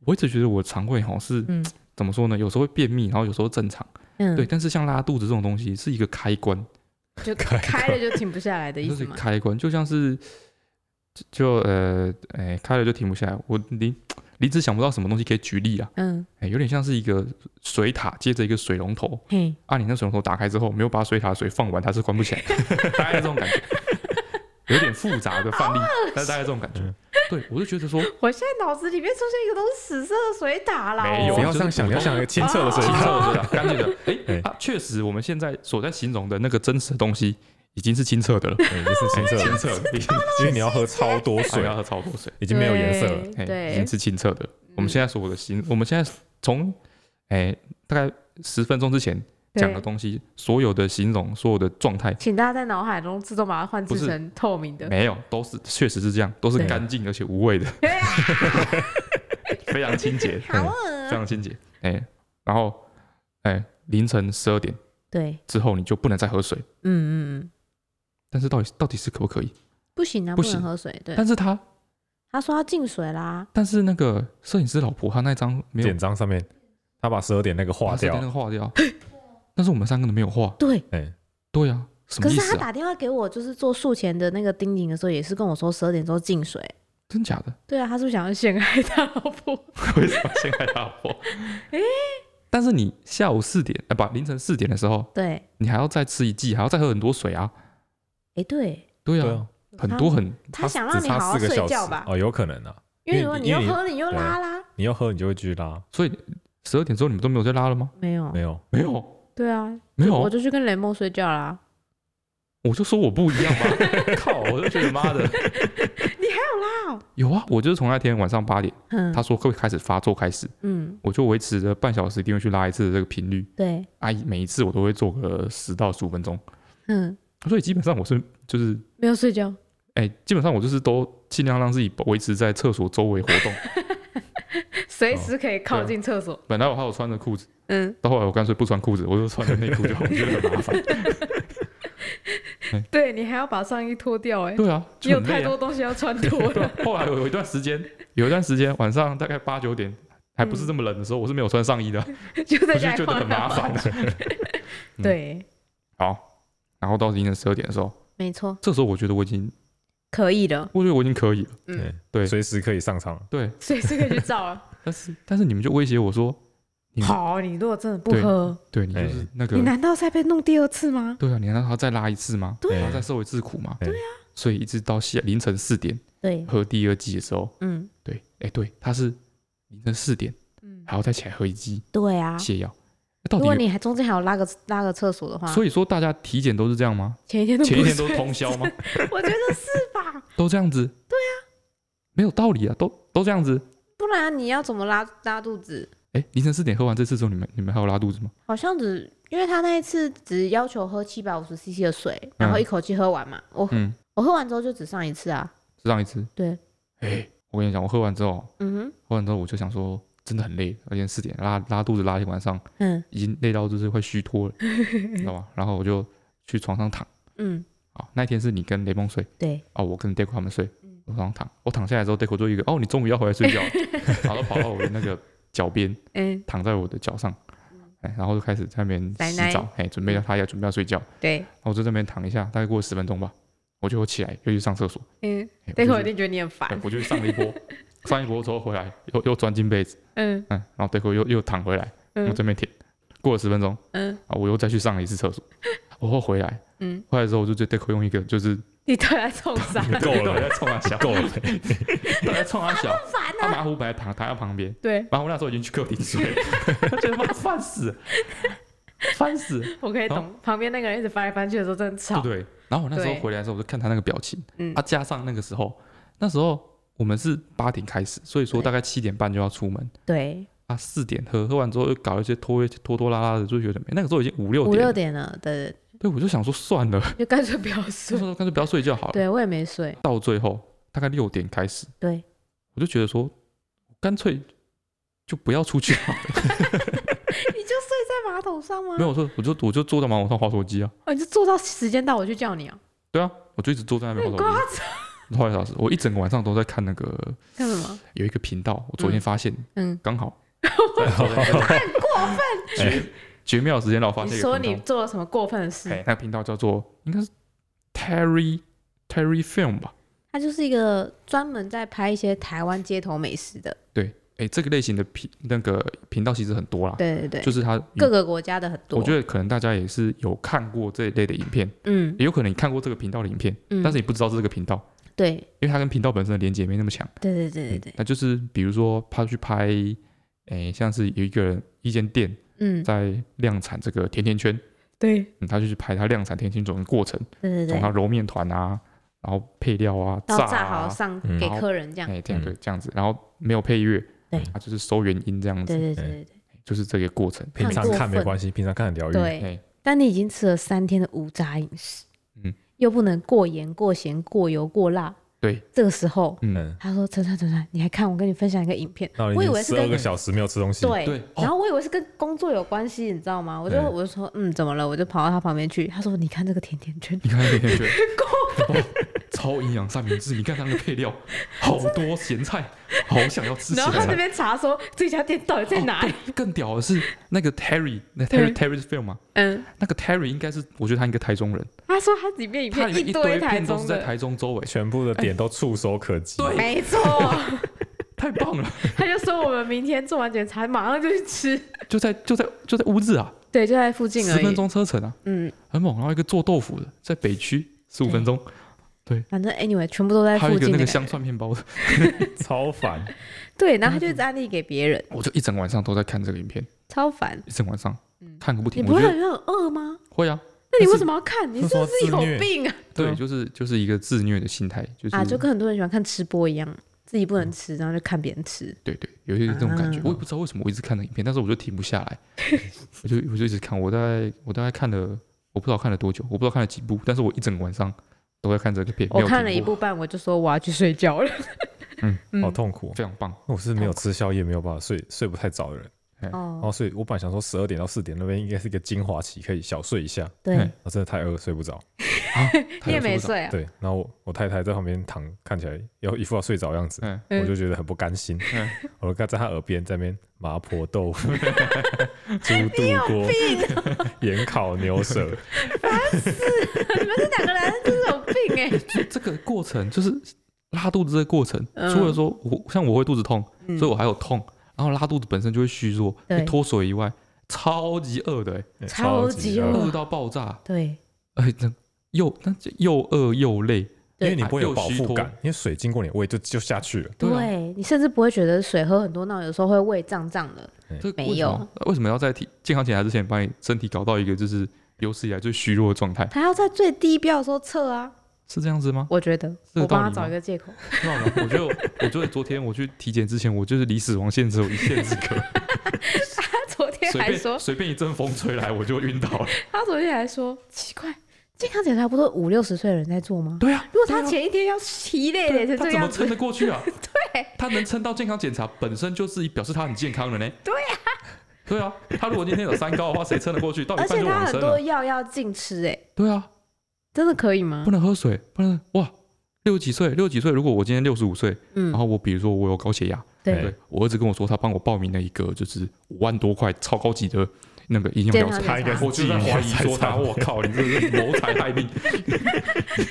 我一直觉得我肠胃好是、
嗯
怎么说呢？有时候会便秘，然后有时候正常，
嗯，
对。，但是像拉肚子这种东西是一个开关，
就
开
开了就停不下来的意
就
思
是
吗？
开关，就像是就就呃哎开了就停不下来。我临临时想不到什么东西可以举例啊，
嗯，
哎，有点像是一个水塔接着一个水龙头，
嘿，
啊，你那水龙头打开之后，没有把水塔的水放完，它是关不起来， 大概是这种感觉，有点复杂的范例，
哦
但是大概这种感觉。
嗯
对，我就觉得说，
我现在脑子里面出现一个都是紫色的水塔啦，
没有
不
哦
要这样想，你
哎就
要
是普通啊
想一个清澈的水
清澈
塔。
的水塔，干 净的，哎、
啊哎
啊，确实，我们现在所在形容的那个真实的东西已经是清澈的了，
嗯，就是清澈
哎清
的，
澈的，已经
因为你要喝超多
水
水，
要喝超多水，
已经没有颜色了。
哎、
对
已经
对，
是清澈的。我们现在所有的形，我们现在从哎、大概十分钟之前讲的
对
东西，所有的形容，所有的状态，
请大家在脑海中自动把它换置
不是
成透明的。
没有，都是确实是这样，都是
对啊
干净而且无味的，非常清洁。
好恶啊
非常清洁。哎、然后哎、凌晨十二点
对，
之后你就不能再喝水，
嗯嗯嗯，
但是到底到底是可不可以？
不行啊，
不
不能
行
喝水。对，
但是他
他说他进水啦，
但是那个摄影师老婆她那张没有
简章上面，他把十二点那个划
把
掉哎
那，个划掉，但是我们三个都没有画。
对。
对啊，什
可
么意
是他
思啊？
打电话给我，就是做术前的那个叮咛的时候，也是跟我说十二点之后进水。
真假的？
对啊，他是不是想要陷害他老婆？
为什么陷害他老 婆？但是你下午四点，啊，不，凌晨四点的时候，
对，
你还要再吃一剂，还要再喝很多水啊。
哎、对
对
对啊，
啊，
很多很
他想
只
让你
差
好好
四个
睡
小时
觉吧，
哦，有可能啊，
因为如果你
因
又
为你
喝，你又拉啦，
你要喝你就会继续拉，
所以十二点之后你们都没有再拉了吗？
没有
没，有，
没有，
对啊，
没有
我
啊，
就去跟雷梦睡觉啦。
我就说我不一样嘛。 靠，我就觉得 妈的，
哇哦，
有啊，我就是从那天晚上八点，
嗯，
他说会开始发作开始，
嗯，
我就维持着半小时一定会去拉一次的这个频率，
对，
啊，每一次我都会做个十到十五分钟，
嗯，
所以基本上我是就是
没有睡觉，
哎、基本上我就是都尽量让自己维持在厕所周围活动。
随时可以靠近厕所。
本来我还有穿着裤子，
嗯，
到后来我干脆不穿裤子，我就穿着内裤就好，我觉得很麻 烦。
对你还要把上衣脱掉、哎，
对啊，
你
就
有
很
太
累、啊
多。东西要穿脱
对
了。
啊、后来有有一段时间，有一段时间晚上大概八九点。还不是这么冷的时候，我是没有穿上衣 的，
就
我
在
就
家里
觉得很麻
晃
烦、啊。嗯
对，
好，然后到凌晨十二点的时候，
没错，
这时候我觉得我已经，
可以的，
我觉得我已经可以了。
嗯，
对
随时可以上场，
对，
随时可以去照了。
但是但是你们就威胁我说，嗯
好，你如果真的不
对
喝，
对你就是
哎
那个
你，难道再被弄第二次吗？
对啊，你难道还要再拉一次吗？
对
还
啊
要再受一次苦吗？
对
啊。所以一直到下凌晨四点
对，
喝第二剂的时候，
嗯
对，哎、对，他是凌晨四点
嗯，
还要再起来喝一剂
对啊。
泻药，那
如果
到底？
你还中间还有拉个拉个厕所的话，
所以说大家体检都是这样吗？
前一天都
前一
不
天都
睡
通宵吗？
我觉得是吧？
都这样子？对啊，没有道理啊，都都这样子。
不然你要怎么拉拉肚子？
哎、凌晨四点喝完这次之后，你们你们还有拉肚子吗？
好像只因为他那一次只要求喝七百五十 CC 的水，然后一口气喝完嘛。我
嗯，
我喝完之后就只上一次啊。
上一次。
对。
哎、我跟你讲，我喝完之后，
嗯
喝完之后我就想说，真的很累，而且四点拉拉肚子拉一晚上，
哼嗯
已经累到就是快虚 脱了，你知道吗？然后我就去床上躺。
嗯，
啊，那一天是你跟雷蒙睡。
对，
哦，我跟 Deco 他们睡
嗯，
我床上躺，我躺下来之后，Deco 就一个，哦，你终于要回来睡觉 了，然后跑到我的那个脚边，
嗯
躺在我的脚上，哎，然后就开始在那边
奶嗯奶
洗澡，哎，准备要他也准备要睡觉，然
对，
后我就在那边躺一下，大概过了十分钟吧，我就起来又去上厕所，
嗯，
哎
待会
我
儿一
就去
定觉得你很
哎
烦。
我就去上了 一波，上一波之后回来又又钻进被子，
嗯
嗯，然后 Deco 又又躺回来，我
嗯
这边舔，过了十分钟
嗯
啊，我又再去上了一次 厕所，我又回来，
嗯，
回来之后我就对 Deco 用一个就是
你到底在冲啥？
够了
到底在冲他笑，
够了，
到底在冲他 笑。
烦
他
啊！
马虎本来躺躺在旁边，
对，
然后我那时候已经去客厅睡了， 我觉得妈烦死了，烦死了，
我可以懂。旁边那个人一直翻来翻去的时候，真的
对不
吵。
对？然后我那时候
对
回来的时候，我就看他那个表情，
嗯
啊，加上那个时候，那时候我们是八点开始，所以说
对
大概七点半就要出门
对，
啊，四点喝，喝完之后又搞一些拖拖拖拉拉的，就觉得没，那个时候已经五六
五
点
六
了，
点了，对，
对，我就想说算了，
就干脆不要
那
睡
时。候干脆不要睡觉好了。
对我也没睡。
到最后大概六点开始，
对，
我就觉得说，干脆就不要出去好了，
你就睡在马桶上吗
没有，我说我就我就坐在马桶上划手机啊。
哦，你就坐到时间到我去叫你啊！
对啊，我就一直坐在那边
你
划手
瓜
机，
子
划一小时。我一整个晚上都在看那个
干什么？
有一个频道，我昨天发现
嗯，
刚好在在在在绝绝妙的时间让我发现
你
一
说
个
你
频道，
做了什么过分的事？
哎，那个频道叫做应该是 Terry Terry Film 吧？
他就是一个专门在拍一些台湾街头美食的，
哎，这个类型的频那个频道其实很多啦，
对对对，
就是它
各个国家的很多。
我觉得可能大家也是有看过这一类的影片，
嗯
也有可能你看过这个频道的影片，
嗯，
但是你不知道是这个频道，
对
因为它跟频道本身的连接没那么强。
对对对对
嗯
对，
那就是比如说他去拍，诶、像是有一个人一间店
嗯
在量产这个甜甜圈，
对
嗯，他就去拍他量产甜甜圈整个过程，
对对
从他
对，
揉面团啊，然后配料啊，
到
炸
炸好
啊，
上
嗯
给
然后
客人这样。
哎、这样
嗯
对，这样子，然后没有配乐，
对
他就是收原音这样
对
子，
对对对对
就是这个过程。
平常看没关系，平常看很疗愈，
对，
哎，
但你已经吃了三天的无炸饮食，
嗯，
又不能过盐、过咸、过油、过辣，
对，
这个时候
嗯，
嗯，
他说：“陈川，陈川，你还看我跟你分享一个影片，
那
我以
已
为
经
是
十二
跟
个小时没有吃东西，
对，
对哦
然后我以为是跟工作有关系，你知道吗？我就
嗯
我就说嗯，怎么了？我就跑到他旁边去，他说你看这个甜甜圈，
你看那甜甜 圈，哇哦超营养三明治，你看它那个配料，好多咸菜，好想要吃
然后他这
咸菜。哦
边查说这家店到底在哪里？
更屌的是那个 Terry，那 Terry Terry 是 film 嘛？
嗯，
那个 Terry 应该是，我觉得他应该台中人，
他说他里面一
他里
片
面一
堆台
片都
中
是在
的，
台中周围，
全部的点都触手可及。
对
没错，
太棒了！
他就说我们明天做完检查马上就去吃，
就在就在就在乌日啊，
对，就在附近
十
而
分
已。
钟车程啊，
嗯，
很猛。然后一个做豆腐的，在北区十五分钟，
反正 anyway 全部都在
还有
附
一个
近
那
的感
个香
觉。
蒜面包的，
超烦。
对，然后他就一直安利给别人，
我就一整晚上都在看这个影片，
超烦。
一整晚上
嗯
看个不
你
停。
不
我
会
觉得
很饿吗？
会啊，
那你
但是
为什么要看？你是不是
那时候自
有
虐
病啊？
对啊
对，就是就是一个自虐的心态，就是
啊，就跟很多人喜欢看吃播一样，自己不能吃，然后就看别人吃。
对对，有些这种感觉，
啊
我也不知道为什么我一直看那影片，但是我就停不下 来，我就我就一直看，我大概我大概看了，我不知道看了多久，我不知道看了几部，但是我一整个晚上都在看这个片，没
我
有
看
停
了一
过，
部半，我就说我要去睡觉了。
嗯
好痛苦哦。
非常棒，
我是没有吃宵夜，没有办法睡，睡不太早的人。然
嗯
哦，
后所以我本来想说十二点到四点那边应该是一个精华期，可以小睡一下。
对
嘿，
我真的太饿，睡不着。
你也没
事，
睡啊？
对，然后我我太太在旁边躺，看起来要一副要睡着的样子，
嗯，
嗯
我就觉得很不甘心。
嗯
我就看在她耳边在那边麻婆豆 腐、猪肚锅、
啊
盐烤牛 舌，
你们这两个男人真是有病哎！
就这个过程就是拉肚子这个过程，
嗯
除了说我像我会肚子痛，
嗯
所以我还有痛，然后拉肚子本身就会虚弱，
对
会脱水以外，超级饿的、欸，
嗯
超级
级
饿
饿到爆炸，
对
哎、那又那就又饿又累，
因为你不会有
又
饱
虚
腹
脱
感，因为水经过你的胃就就下去了。
对啊
对，你甚至不会觉得水喝很多，那有时候会胃胀胀的。
这
没
为什么为什么要在体健康检查之前把你身体搞到一个就是有史以来最虚弱的状态？
他要在最低标的时候测啊，
是这样 子吗？
我觉得
是
我
有道
帮他
理
找
吗
一个借口。
不知道呢我就我觉得昨天我去体检之前，我就是离死亡线只有一线之 隔，
他昨天
随
还
便
说，
随便一阵风吹来我就晕倒 了。
他昨天还说奇怪，健康检查不都五六十岁的人在做吗？
对啊，
如果他前一天要疲累累成
他
这
怎么
样
撑
子，
得过去 啊？对，他能撑到健康检查本身就是表示他很健康了呢。对啊，对啊，他如果今天有三高的话，谁撑得过去？到一
而
半
且
就
他
往
很
生
多
了。
药要禁吃哎，
对啊，
真的可以吗
不？能喝水，不能哇。六十几岁，六十几岁。如果我今天六十五岁，
嗯
然，后我比如说我有高血压，
对
哎。
对我儿子跟我说，他帮我报名了一个就是五万多块超高级的那个营养
健
疗
康
程，
检查
他应该是
啊我就在怀疑说他，我靠，你这是谋财害 命，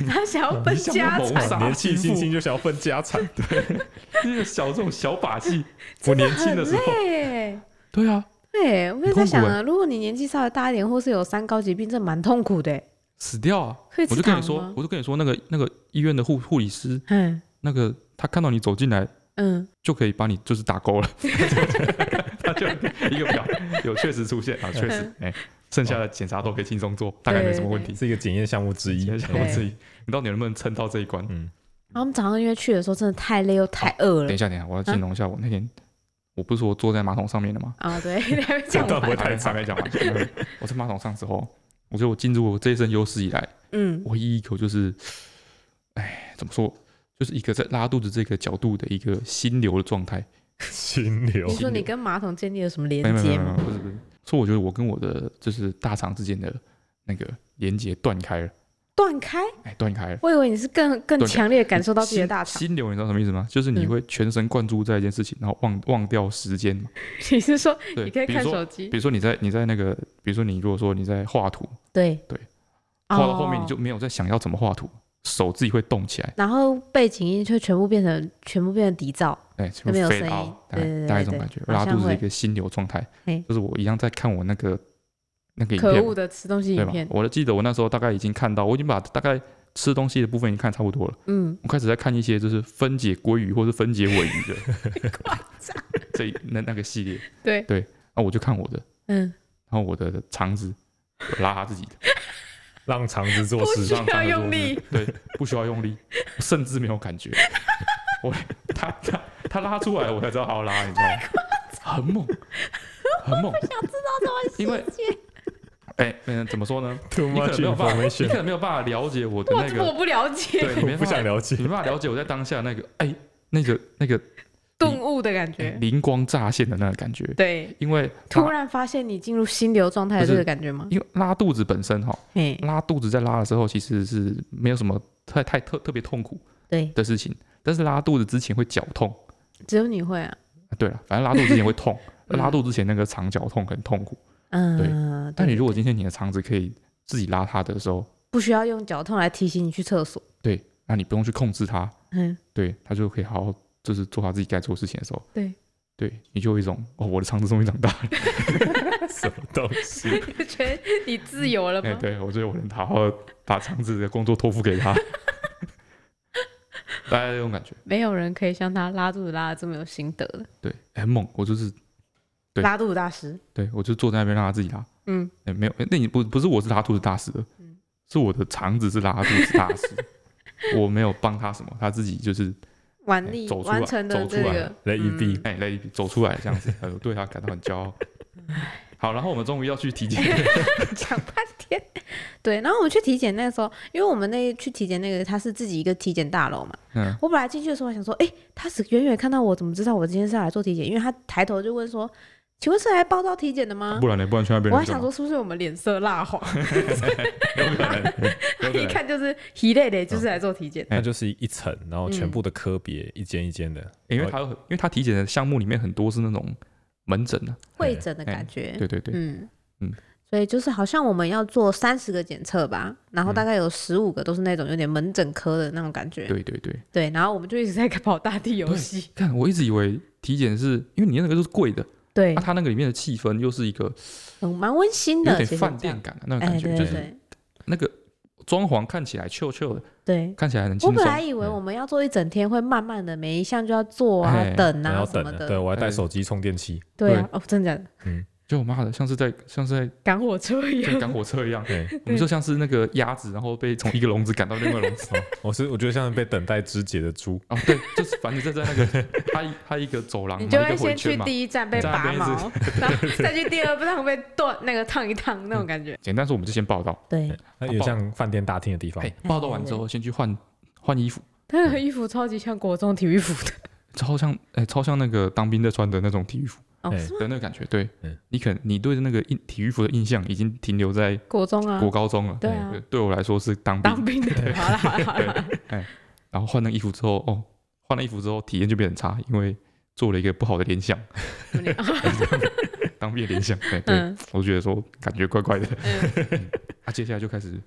他想要分家
啊你像
产
个，傻
年纪
欺
轻
负
轻就想要分家产，
这个小这种小把戏。我年轻的时候，
对
对啊，
欸对，我也在想
很痛苦欸
啊，如果你年纪稍微大一点，或是有三高疾病，这蛮痛苦的欸。
死掉啊！
可以
我
吃
就跟
糖
你说
吗，？
我就跟你说，那个那个医院的护护理师，
嗯
那个他看到你走进来，
嗯，
就可以把你就是打 勾了，他就一个表有确实出现
嗯
啊，确实，哎，剩下的检查都可以轻松做，大概没什么问题。
是一个检验项目 之一。
想我自己，你到底能不能撑到这一关？
嗯，
然后我们早上因为去的时候真的太累又太饿
等
了
一下，等一下，我要形容一下我那天，我不是说我坐在马桶上面的吗？
啊，对， 你还没讲
这段
完
我，太
还 没讲完。我在马桶上之后，我觉得我进入我这一生有史以来
嗯
唯一一口就是，哎，怎么说，就是一个在拉肚子这个角度的一个心流的状态。
心流
你说你跟马桶建立了什么连
没有没有没
接
有没有，
吗？
不是不是，所以我觉得我跟我的就是大肠之间的那个连接断开了，
断开，
哎，断开了。
我以为你是更更
断开
强烈地感受到自己的
心
大肠。
心流，你知道什么意思吗？就是你
嗯
会全神贯注在一件事情，然后忘忘掉时间嘛。
你是说
对，
你可以
比如
看
说
手机
比？如说你在你在那个，比如说你如果说你在画图，
对哦
对，画到后面你就没有在想要怎么画图，手自己会动起来，
然后背景音就全部变成全部变成底噪，
哎，全部
没有
fade
声音
out，大
对对
概
对
大概这种
对
感觉。
好
拉
像
肚子的
会
一个心流状态
嘿，
就是我一样在看我那个那个影
可
片
恶
嘛，
的吃东西
对
影
吧
片？，
我记得我那时候大概已经看到，我已经把大概吃东西的部分已经看差不多了，
嗯，
我开始在看一些就是分解鲑鱼或是分解尾鱼的 这一那那个系列，
对，
然后我就看我的，
嗯，
然后我的肠子有拉自己的。
让肠子做
不
事
需，要用力，
对，不需要用力，甚至没有感觉。我他他他拉出来，我才知道他要拉，你知道吗？很猛，很猛，
想知道这么
因为
细节，
哎，嗯，怎么说呢？
Too
你可
much
能没有办法，你
information，
可能没有办法了解我的
我
那
我
个，
不了解
对，你 没
我不
办法
想，了解
你。没办法了解我在当下那个，哎，那个那个
顿悟的感觉，
灵光乍现的那个感觉，
对，
因为
突
拉
然发现你进入心流状态的这个感觉吗？
因为拉肚子本身哈，
哎，
拉肚子在拉的时候其实是没有什么太太特特别痛苦
对，
的事情，但是拉肚子之前会绞痛。
只有你会啊，
啊对了，反正拉肚子之前会 痛，
嗯
拉肚子之前那个肠绞痛很痛苦。
嗯，
但你
对
如果今天你的肠子可以自己拉它的时候，
不需要用脚痛来提醒你去厕所，
对，那你不用去控制它，
嗯，
对，它就可以好好就是做它自己该做的事情的时候，
对，
对你就有一种哦，我的肠子终于长大 了，
什么东西？
就觉得你自由了
哎、
吗？
对我觉得我能好好地把肠子的工作托付给他， 大概这种感觉，
没有人可以像他拉肚子拉的这么有心得的，
对，很猛，我就是对哎
拉肚子大师，
对我就坐在那边让他自己拉，
嗯，
哎、没有，哎那你不不是我是拉肚子大师的，是我的肠子是拉肚子大师，我没有帮他什么，他自己就是
完力
哎走出来
完成的
走出
这
来
个
来一笔
嗯
哎，来走出来这样子，呃，对他感到很骄傲。好，然后我们终于要去体检，
讲半天。 对，然后我们去体检那时候，因为我们那去体检那个他是自己一个体检大楼嘛，
嗯，
我本来进去的时候还想说，哎、他只远远看到我，怎么知道我今天是来做体检？因为他抬头就问说，请问是来报到体检的吗？
不然呢？不然去那边
啊我
人
还
干
想
嘛？
说是不是我们脸色蜡 黄，
有可能，有可
一
能。
看就是一类的，就是来做体检。
哎
它就是一层，然后全部的科别一间一间的，
嗯因为他有很，因为他体检的项目里面很多是那种门诊啊，
会诊的感觉。
对对对，
嗯
嗯
所以就是好像我们要做三十个检测吧，然后大概有十五个都是那种有点门诊科的那种感觉。
嗯对对对。
对，然后我们就一直在跑大地游戏。
看，我一直以为体检是因为你那个就是贵的，
对
那、，他那个里面的气氛又是一个
很嗯蛮温馨
有
的，
点
其实
饭
这样
店感的啊那种
哎，
感觉，
对
就
对
是
对
那个装潢看起来臭臭的，
对。
看起来很轻
我本
松。嗯
来以为我们要做一整天，会慢慢的每一项就要做啊
哎、
等
然
啊
后
什
等
么
了，对
的，
我还带手机充电器，
对啊，哦，真的假的，
就我妈的，像是在像是在
赶火车一
在
样，
赶火车 一样，
对，
我们就像是那个鸭子，然后被从一个笼子赶到另外一个笼子。
我是我觉得像是被等待肢解的 猪，
哦，对，就是反正就在那个 它一它一个走廊，
你就
然后
会
一个回
先去
圈嘛。
第一站被
在那
拔
边一直
毛， 然后再去第二站被剁那个烫一烫那种感 觉。
简单说，我们就先报道，
对，
那有点像饭店大厅的地方
哎，，报道完之后先去换换衣服，
他的衣服超级像国中体育服的。
超像哎超像那个当兵在穿的那种体育服
哦，
哎
是吗？
的那个感觉。对
嗯，
你可你对那个印体育服的印象已经停留在
国中啊
国，高中了。
对啊，
对我来说是当兵，
当兵的。好了好了好了，
然后换那个衣服之后，哦，换了衣服之后体验就变得很差，因为做了一个不好的联想，当兵 的联想。对对，
嗯，
我就觉得说感觉怪怪的。
嗯
啊，接下来 就开始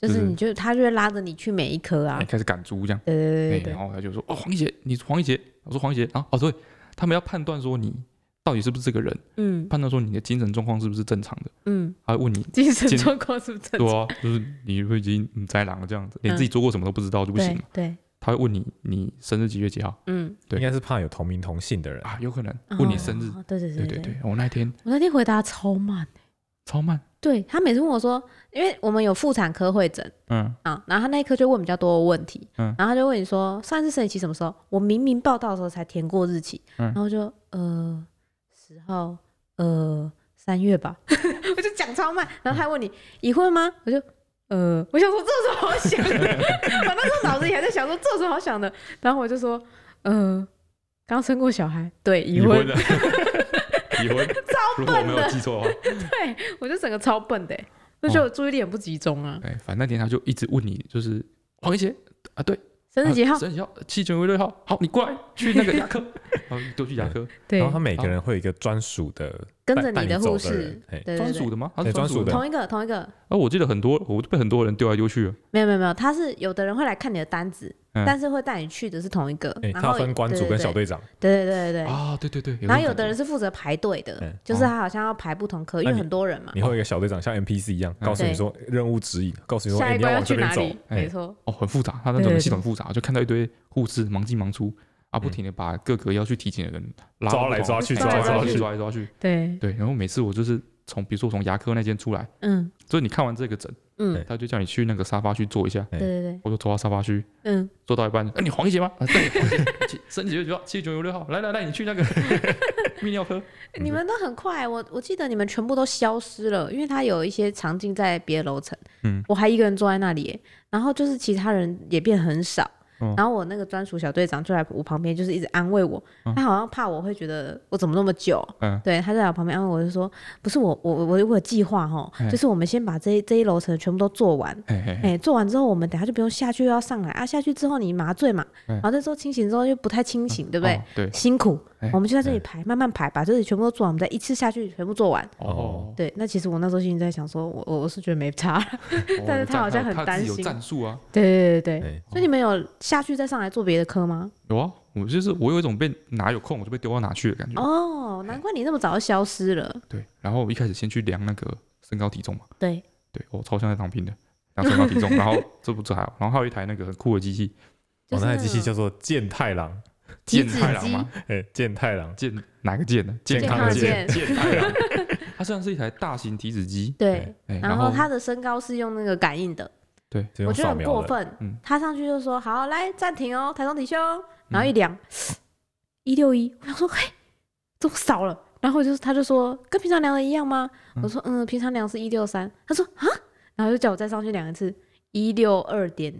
就是你就他就会拉着你去每一科啊
哎，开始赶猪这样。
对对
哎
对对
然
对，
后他就说：“哦，黄一杰，你是黄一杰。”我说：“黄一杰啊，哦，对，他们要判断说你到底是不是这个人，
嗯
判断说你的精神状况是不是正常的。
嗯，
他会问你，
精神
精
状况是不是正
对
常？
啊，就是你会已经嗯在狼了这样子，连自己做过什么都不知道就不行
对
嘛。
对，
他会问你，你生日几月几号
嗯，
对
应该是怕有同名同姓的人，
啊？有可能问你生日。
哦，对对
对
对
对对，我那一天
我那天回答超慢的，
超慢，
对他每次问我说，因为我们有妇产科会诊。
嗯，
啊，然后他那一科就问比较多的问题，
嗯
然后他就问你说上一次生理期什么时候？我明明报道的时候才填过日期，
嗯
然后就呃十号呃三月吧， 我就讲超慢，然后他还问你已婚吗？我就呃我想说这有什么好想的， 我那时候脑子里还在想说这有什么好想的，然后我就说呃刚生过小孩，对已
已
婚，
了， 已婚。如果我没有记错的话，
对我就整个超笨的
哦
欸，就觉得我注意力很不集中啊，
哎，反正那天他就一直问你，就是黄一杰啊，对，
生日几号
啊？生日几号？七九六号。好，你过来去那个牙 科，然后都去牙科，
对
然后，他每个人会有一个专属的
跟
带
着
带
你的
走
护
的
士
人，哎，
对对
专
对
属。的吗？他
对
是专属的
专属
吗。
同一个，同一个，
啊，我记得很多，我被很多人丢来丢去了。
没有没有没有，他是有的人会来看你的单子，
嗯
但是会带你去的是同一个，
哎，
然后
他有分关主跟小队长，
对，对对对对对。
啊，对对对。这种
然后有的
感觉
人是负责排队的
嗯，
就是他好像要排不同科，因为
那你
很多人嘛
你。会有一个小队长像 NPC 一样，
嗯
告诉
对
你说任务指引，告诉你说
下
哎
一
你
关
要
要
往这
去
边
哪
走，
里？
哎
没错，
哦很复杂，他那
对
种
对
系统复杂，就看到一堆护士忙进忙出啊，不停的把各个要去体检的人拉
抓
到
来
不同
抓去，
抓
抓
来
来
抓
抓
去
去，
去，
抓来抓去。
对，
对，然后每次我就是从比如说从牙科那间出来，
嗯
就是你看完这个诊，
嗯
哎，
他就叫你去那个沙发区坐一下，
对
哎
对对，
我就走到沙发区
嗯，
哎 坐到一半，哎，你黄一杰吗？啊，对，黄一杰七生几月几号？七九九六号，来来来，你去那个泌尿科，
你们都很快，我我记得你们全部都消失了，因为他有一些藏进在别的楼层，
嗯，
我还一个人坐在那里耶，然后就是其他人也变很少，
哦
然后我那个专属小队长就在我旁边，就是一直安慰我，
嗯
他好像怕我会觉得我怎么那么久，
嗯，
对，他就在我旁边安慰我，就说不是我我我我有计划哈
哎，
就是我们先把这一这一楼层全部都做完，
嘿嘿嘿，
哎、做完之后我们等下就不用下去，又要上来啊。下去之后你麻醉嘛，
哎
然后那时候清醒之后又不太清醒，对不对？
哦？对，
辛苦，
哎
我们就在这里排，慢慢排，把这里全部都做完，我们再一次下去全部做完。
哦，
对，那其实我那时候心里在想说，我我我是觉得没差，
哦
但是他好像很
他有
担
自己有
心
战术啊，
对对对对对。
哎，
所以你们有下去再上来做别的科吗？
有啊，我就是我有一种被哪有空我就被丢到哪去的感觉。
哦，难怪你那么早就消失了。
对，然后我一开始先去量那个身高体重嘛，
对，
对我超像在当兵的，量身高体 重，然后这不这还好，然后还有一台那个很酷的机器，
就
我
是
那台机器
种
叫做健太郎，
体
健
脂
太郎吗？
哎，健太郎，
健哪个健呢？健
健
康
康
的
的
健，
健太郎，
它啊虽然是一台大型体脂机，
对
哎，哎
然后
后
他的身高是用那个感应的，
就
我
用
觉得
扫
很
描
过
的，
分。
嗯
他上去就说：“好，来暂停哦，台中体胸。”然后一量， 一六一，我想说：“嘿，怎么少了？”然后我就他就说：“跟平常量的一样吗？”
嗯
我说：“嗯，平常量是一六三。”他说：“啊。”然后就叫我再上去量一次，一六二点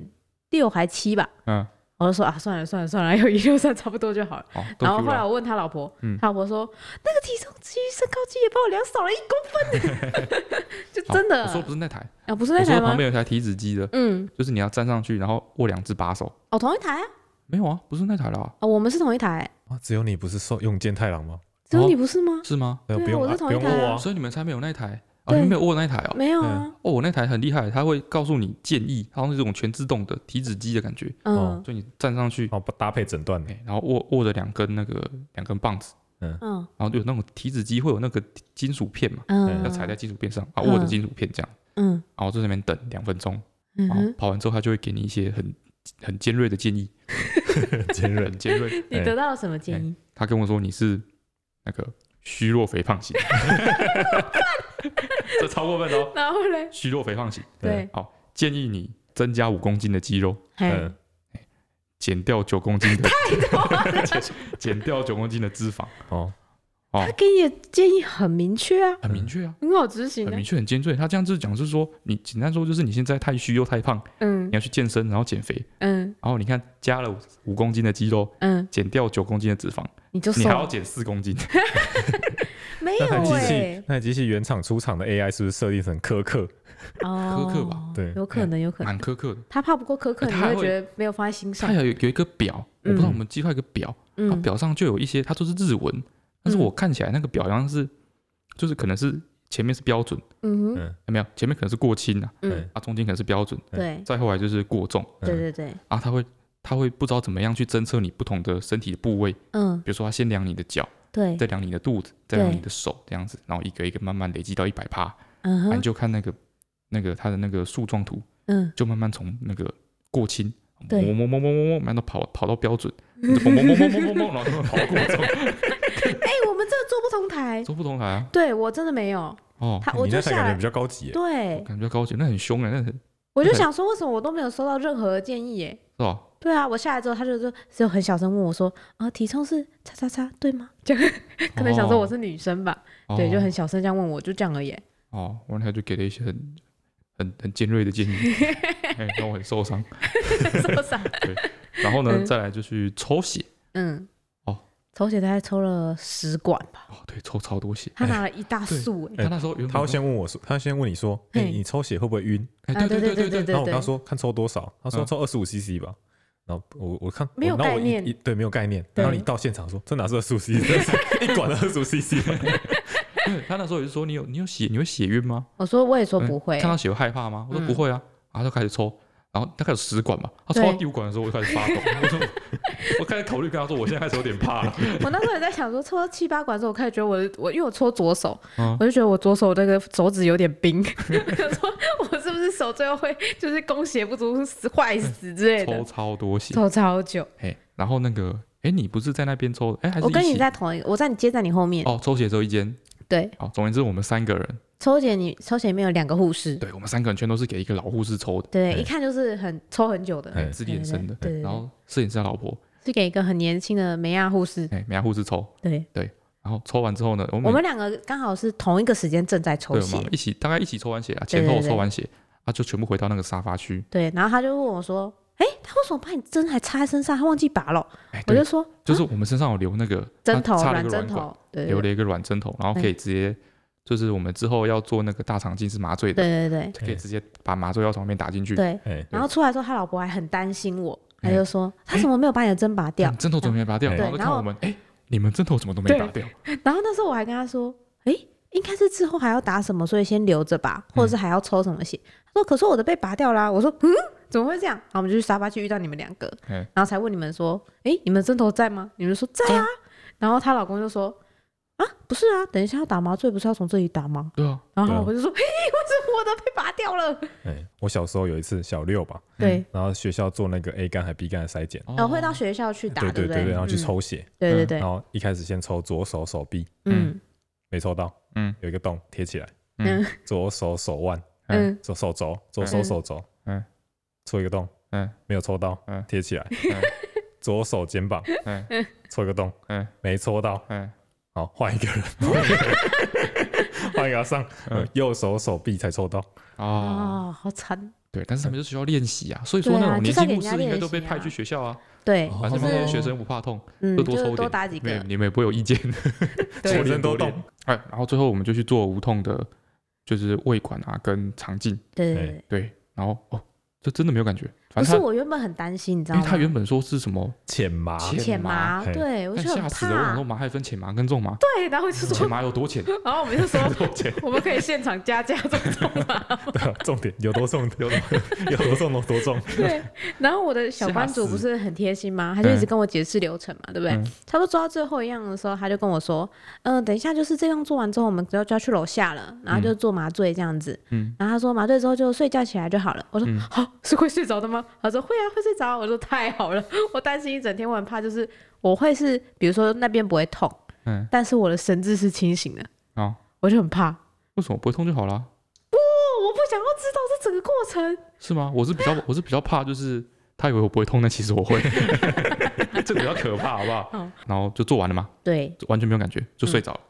六还七吧。
嗯，
我就说：“啊，算了算了算了，有一六三 差不多就好了。
哦，”都
然后
Q
后来
了
我问他老婆，
嗯
他老婆说：“那个体重机、身高机也帮我量少了一公分， 就
好
真的
我说不是那台，
啊，不是
我
那
说
台
旁
吗？
边有一台体脂机的，
嗯，
就是你要站上去，然后握两只把手，
哦，同一台啊。”
没有啊，不是那台啦，
哦，我们是同一台、
啊只有你不是受用健太郎吗？
只有
哦
你不是吗？
是吗？
对
对啊
不用
我是
啊
同
不
一
用
台
握
啊
啊，
所以你们才没有那台啊？
对
你们没有握那一台哦？
没有啊，
哦，我那台很厉害，它会告诉你建议，它是这种全自动的体脂机的感觉，
嗯、
哦
所以你站上去，
哦，不搭配诊 断的，
哎，然后握握着两根那个两根棒子，
嗯
然后就有那种体脂机会有那个金属片嘛，
嗯，
哎要踩在金属片上啊，握着金属片这样，
嗯
然后在那边等两分钟，
嗯
然后
哼，
哦跑完之后，它就会给你一些很很尖锐的 建议，
坚韧
很尖锐。
你得到了什么建议？
他跟我说你是那个虚弱 肥胖型，这超过分哦，
然后嘞，
虚弱肥胖型。
对，哎
好，建议你增加五公斤的肌肉，
嗯
嘿，
减掉九公斤的， 减掉九公斤的脂肪，
哦，
他给你的建议很明确啊，
很明确啊，
很好执行
很
的、
明确，很尖锐。他这样子讲是说，你简单说就是你现在太虚又太胖，
嗯
你要去健身，然后减肥，
嗯
然后你看加了五公斤的肌肉，
嗯，
减掉九公斤的脂肪，
你就
你
瘦
还要
了，
减四公斤，
没有
那台机
哎、
器，那台机器原厂出厂的 AI 是不是设定成苛刻？
哦，
苛刻吧
对
有可能，有可能，
蛮苛刻的。
他怕不够苛刻，
哎
你
他还
会
会
觉得没有放在心上
它，有有一个表，我不知道我们计划有一个表，它
嗯，
表上就有一些，它都是日文，但是我看起来那个表好像是，就是可能是前面是标准，
嗯哼，
有没有？前面可能是过轻啊，
嗯，
啊中间可能是标准，
对
再后来就是过重
对
嗯
对对，
啊，它会它会不知道怎么样去侦测你不同的身体部位，比
嗯
如说它先量你的脚，
对，
再量你的肚子，再量
对
你的手这样子，然后一个一个慢慢累积到一百趴，啊
嗯
你
哼，
就看那个那个它的那个树状图，
嗯，
就慢慢从那个过轻。
对
摸摸摸摸摸摸，慢到跑跑到标准，就嘣嘣嘣嘣嘣嘣嘣，然后就跑过重，
哎、我们真的做不同台，
做不同台啊。
对我真的没有，
哦，
他
嗯
啊我
你
就
那台
下
感觉
来
比，较高级耶，
对，
感觉高级，那很凶哎，那很是
我就想说，为什么我都没有收到任何的建议耶？
吧？
对啊，我下来之后，他就说只有很小声问我说：“啊、体重是叉叉叉，对吗？”这样 可能想说我是女生吧，
哦
对，就很小声这样问我，就这样 而已。
哦，我那他就给了一些很很很尖锐的建议，哎让我很受伤。
受伤，
然后呢，
嗯
再来就去抽血，
嗯，
哦，
抽血大概抽了十管吧，
哦，对，抽超多血。
他拿了一大束哎、
他那时候原本
他会先问我说，他先问你说，哎，
嘿
你抽血会不会晕？
哎，
啊，
对
对
对对
对
对，
然后我
对
跟他，说看抽多少，他说
嗯
抽二十五 CC 吧。然后我我看
没有
我然后
概
我一
念
一对，没有概念。
对
然后你到现场说这哪是二十五 CC，一 管二十五 CC 吗。
对他那时候也是说你有你有血你会血晕吗？
我说我也说不
嗯
会
看，到血会害怕吗？我说
嗯
不会啊，然后他就开始抽。然后大概有十管吧，他抽
对
到第五管的时候，我就开始 发抖，我说我开始考虑跟他说，我现在开始有点怕了。
我那时候也在想说，抽到七八管的时候，我开始觉得我的我因为我搓左手，
嗯
我就觉得我左手那个手指有点 冰，我想说我是不是手最后会就是供血不足死坏死之类
抽
的，
超多血，
抽超久。
哎，然后那个，哎，你不是在那边抽的？哎，还是
我跟
一
你
起
在同一个，我在你接在你后面。
哦，抽血只有一间。
对，
好，总而言之，我们三个人，
抽血你抽血里面有两个护士，
对我们三个人全都是给一个老护士抽的，
对，
哎
一看就是很抽很久的，
哎
哎，自己衍生的。
对对对对对
然后摄影师他老婆，
是给一个很年轻的美亚护士。
哎，美亚护士抽，
对，
然后抽完之后呢，我
我
们
们两个刚好是同一个时间正在抽
对，我
血
们，一起大概一起抽完血啊，
对
前后
对对
抽完血啊，就全部回到那个沙发区。
对，然后他就问我说：“哎、他为什么把你针还插在身上？他忘记拔了。
哎，
我
对
就，说啊
就是我们身上有留那个
针头、
它插了一
软
个
针
软管，
头，对
留
对
了一个软针头，然后可以直接就是我们之后要做那个大肠镜是麻醉的，
对对对
可以直接把麻醉药从里面打进去。
对。
哎，
然后出来之后，他老婆还很担心我，他
哎
就说：“他怎么没有把你的针拔掉
嗯针头怎么没拔掉？
哎
然后就
对
看
然后
我们，哎，你们针头怎么都没
对
拔掉？？”
然后那时候我还跟他说：“哎、应该是之后还要打什么，所以先留着吧，
嗯
或者是还要抽什么血。他说：“可是我的被拔掉啦。”我说：“嗯，怎么会这样？”然后我们就去沙发去遇到你们两个，
哎
然后才问你们说：“哎、你们针头在吗？”你们说在啊。然后她老公就说：“啊，不是啊，等一下要打麻醉，不是要从这里打吗？”
对啊，
然
对啊
后我就说：“嘿，为什么我的被拔掉了
哎，我小时候有一次小六吧，？”
嗯
对，
然后学校做那个 A 肝还 B 肝的筛检，
然哦后会
哦
到学校去打，
对
不
对对，然后去，
嗯
抽血，
对对
嗯
对
然，后一开始先抽左手手臂，
嗯
没抽到，
嗯，
有一个洞贴起来，
嗯
左手手腕，
嗯
嗯，
手手肘，左手
嗯
手肘，
嗯，
戳一个洞，
嗯
没有抽到，
嗯
贴起来，
嗯
左手肩膀
嗯
戳一个洞，
嗯
没抽到，
嗯，
好，换一个人，换一个人上，呃右手手臂才抽到，
哦，
哦，好惨，
对，但是他们就需要练习啊，所以说
对啊
那种
就
年
是要给
轻护
人家
士应该
练
都被
习
派
啊
去学校啊，
对，
哦
反正
就
那些
是
学生不怕痛，
嗯，
就
就
多抽一
是多
点
打几
没有
个，
你们也不会有意见。
全
对
身都动
练，哎，然后最后我们就去做无痛的，就是胃管啊跟肠镜，
对对对。
对，然后哦，这真的没有感觉，
不
反
是
正
我原本很担心，你知道
他因
吗
为？他原本说是什么，
浅麻，
浅
浅
麻
麻，
嘿
对我
但
就很
吓死了， 我想
怕
说，麻还分浅麻跟重麻，
对，然后我就
浅
说，
麻有多浅？
然后我们就 说，
多浅？
我们可以现场加价这 种吗？
对啊重点有多重有多有多重有多重，
对，然后我的小班主不是很贴心吗？他就一直跟我解释流程嘛，对不对？
嗯
差不多做到最后一样的时候，他就跟我说：“嗯、等一下就是这样做完之后，我们就要就要去楼下了，然后就做麻醉这样子。
嗯
然后他说麻醉之后就睡觉起来就好了。我说
嗯
好、是会睡着的吗？他说会啊，会睡着。我说太好了，我担心一整天，我很怕就是我会是比如说那边不会痛，
嗯，
但是我的神志是清醒的，
好，
我就很怕。
为什么不会痛就好啦？
哦，我不想要知道这整个过程。
是吗？我是比较我是比较怕，就是他以为我不会痛，但其实我会， 这个比较可怕，好 不好
嗯？
然后就做完了嘛，
对，
完全没有感觉，就睡着了。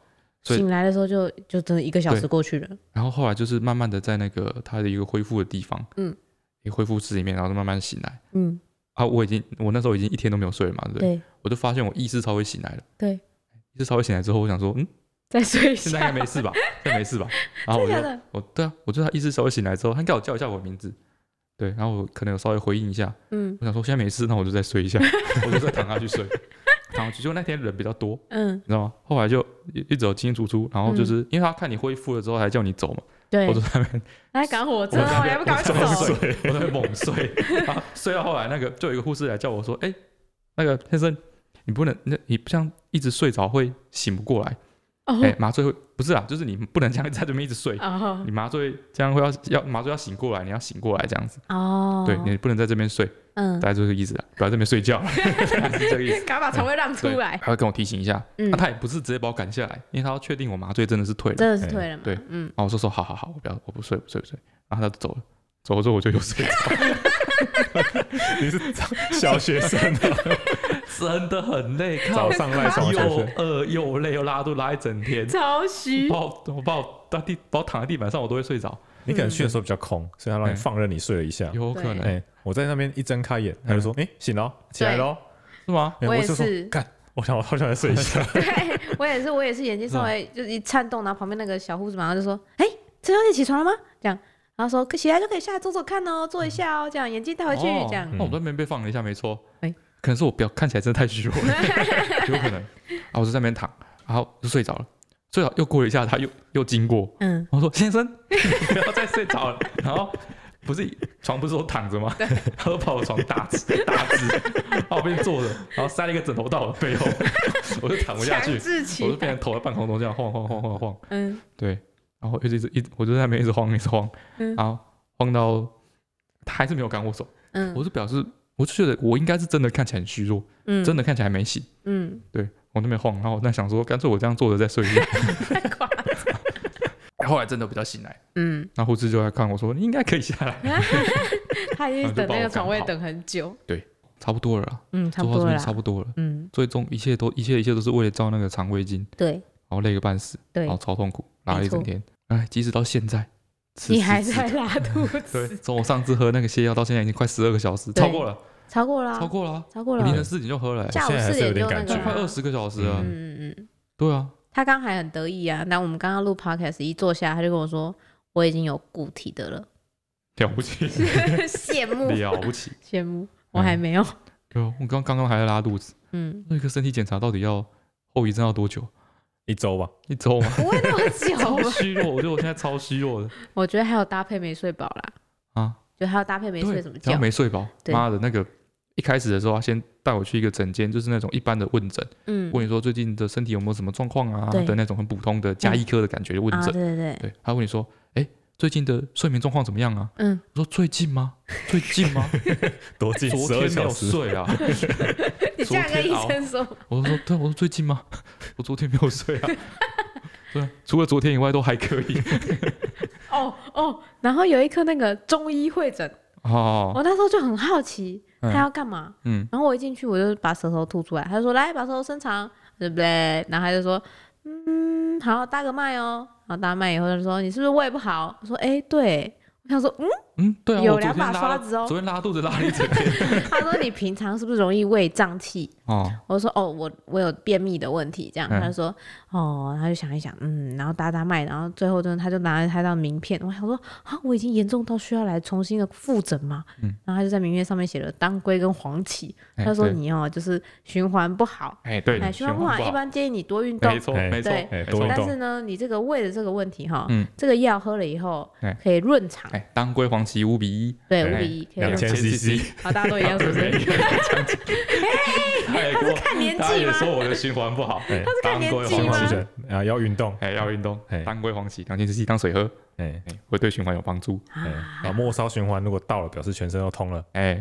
所以
醒来的时候就就真的一个小时过去了。
然后后来就是慢慢的在那个他的一个恢复的地方，
嗯，
一个恢复室里面，然后就慢慢醒来。
嗯，
啊，我已经我那时候已经一天都没有睡了嘛，对不对？
对
我就发现我意识稍微醒来了，
对，
意识稍微醒来之后，我想说， 嗯，
再睡一
现在应
下
该。没事吧？现在没事吧？然后我就
真的假的
我对啊，我就他意识稍微醒来之后，他应该有叫一下我的名字，对，然后我可能有稍微回应一下，
嗯
我想说现在没事，那我就再睡 一下，我就再躺下去睡，躺下去。就那天人比较多，
嗯，
你知道吗？后来就一一直有进进出出，然后就是、因为他看你恢复了之后才叫你走嘛，
对
我，就在那边
来赶火车哦，还不赶快
我在那边
走？
睡，我在那边猛睡，然后睡到后来那个就有一个护士来叫我说，哎、那个先生，你不能，那你不像一直睡着会醒不过来，
哦
哎、麻醉会不是啊，就是你不能这样在这边一直睡。
哦
你麻醉这样会要要麻醉要醒过来，你要醒过来这样子，
哦，
对你不能在这边睡，
嗯，
大概就是这个意思啊，不要在这边睡觉， 大概是这个意思。
赶快把床位 让出
对，
来。
还会跟我提醒一下。那、
嗯，
他也不是直接把我赶下来，因为他要确定我麻醉真的是退了。
真的是退了嘛？
对，
嗯，
然后我说说好好好，我不要，我不睡，不睡，不睡。然后他就走了，走了之后我就又睡着，
你是小学生啊，
真的 很累，
早上赖床小
又
学，
饿又累又拉肚子拉一整天，
超虚。
把我我把我到地把我躺在地板上我都会睡着，
你可能去的时候比较空，所以他让
哎
你放任你睡了一下。
有可能、
哎，我在那边一睁开眼，他就说：“哎，醒了哦，起来喽。
是吗？
哎”
嗯我也
就说
是
干，我想我好想来睡 一下。
对，我也是，我也是眼睛稍微就是一颤动，然后旁边那个小护士马上就说：“哎，陈小姐起床了吗？”这样，然后说起来就可以下来走走看哦，坐一下哦，这样眼睛戴回去，
哦
这样。
那、我在那边被放了一下，没错。
哎
可能是我表看起来真的太虚弱了， 有可能。啊，我就在那边躺，然后就睡着了。睡着又过了一下，他又又经过，
嗯，
我说：“先生， 不要再睡着了。”然后不是床不是都躺着吗？他都把我床打直打直，把我变坐着，然后塞了一个枕头到我的背后，我就躺不下去
强，制
我
起
就，变成头在半空中这样晃晃晃晃晃。
嗯，
对，然后一直一直一直，我就在那边一直晃一直晃，
嗯
然后晃到他还是没有赶我走，
嗯
我就表示我就觉得我应该是真的看起来很虚弱，
嗯，
真的看起来还没醒。
嗯，
对我那边晃，然后我在想说，干脆我这样坐着再睡一下。
太夸张，
后来真的比较醒来。
嗯，
那护士就来看我说：“你应该可以下来。
他已
然
经
后就
等
把
那
我
个
赶
床位
跑
等很久，”
差不多了啦，
嗯，差
做
不
到
多
这
了
边
啦
差，不多了。
嗯，
最终一切都一切一切都是为了照那个肠胃镜，
对
然后累个半死，
对
然，后超痛苦，拉了一整
没错
天。哎，即使到现在，吃
你
吃
还
吃
在拉肚子，
对，从我上次喝那个泻药到现在已经快十二个小时，
对
超过了，
超过了啊，
超过了啊，
超过
我
了
凌
啊，
晨四点就喝了欸，
下午
现在还
四
是有
点
点
就那个
感
就
觉
啊，
快二十个小时
嗯
了。
嗯嗯，
对啊，
他刚还很得意啊，那我们刚刚录 podcast 一坐下，他就跟我说我已经有固体的了，
了 不起，
羡慕
了不起。
羡慕，我还没有，
对啊，我刚刚刚还在拉肚子，
嗯，
那个身体检查到底要后遗症要多久？
一周吧，
一
？
周吗
不会那么久
超
吧？
虚弱，我觉得我现在超虚弱的
我觉得还有搭配没睡饱啦，
啊！
就还有搭配没睡
对
什么，
然
觉
后，没睡饱，
对
妈的那个一开始的时候，他先带我去一个诊间，就是那种一般的问诊，
嗯，
问你说最近的身体有没有什么状况啊
对
的那种很普通的加医科的感觉的问
啊，对对
诊。
对，
对，他问你说，哎，最近的睡眠状况怎么样啊？
嗯，
我说最近吗？最近吗？
多近
昨
十二
天没
小
有
时，
睡啊！
你这样跟医生说，
我就说对啊，我说最近吗？ 我昨天没 有睡啊。对啊，除了昨天以外都还可以。
哦哦，然后有一科那个中医会诊，
哦，
我那时候就很好奇
嗯
他要干嘛，
嗯，
然后我一进去我就把舌头吐出来，他就说来把舌头伸长，对不对？然后他就说嗯好搭个脉哦，然后搭脉以后他就说你是不是胃不好？我说哎对，我想说嗯，
嗯，对啊，
有
我昨
两
天
把
拉
刷
了
子哦
昨天拉肚子拉了一整天。
他说你平常是不是容易胃胀气？
哦，
我就说哦我我有便秘的问题这样，
嗯
他就说哦，他就想一想嗯，然后搭搭脉，然后最后呢他就拿了他张名片，我想说啊我已经严重到需要来重新的复诊吗？
嗯
然后他就在名片上面写了当归跟黄芪，
哎
他说
对
你哦就是循环不好。
哎，对
哎，循环不好，一般建议你多运动
没，错，
哎
没错
对，
哎
没
多
错
运
但
动
是呢，你这个胃的这个问题哈，
嗯
这个药喝了以后
哎
可以润肠，
哎，当归黄芪五比一，
对，
哎
五比一可以润
两
肠。
千 CC，
好，大家都一样是不是？
哎，
他是看年
大家
纪
也
吗？
说我的循环不 好，
哎，
看年纪吗
当归黄
是
芪，
的啊，要运动，
哎，要运动
哎，
当归黄芪，两千 CC 当水喝，
哎
哎，会对循环有帮助。
哎，
啊，
啊，末梢循环如果到了，表示全身 都通了，
哎，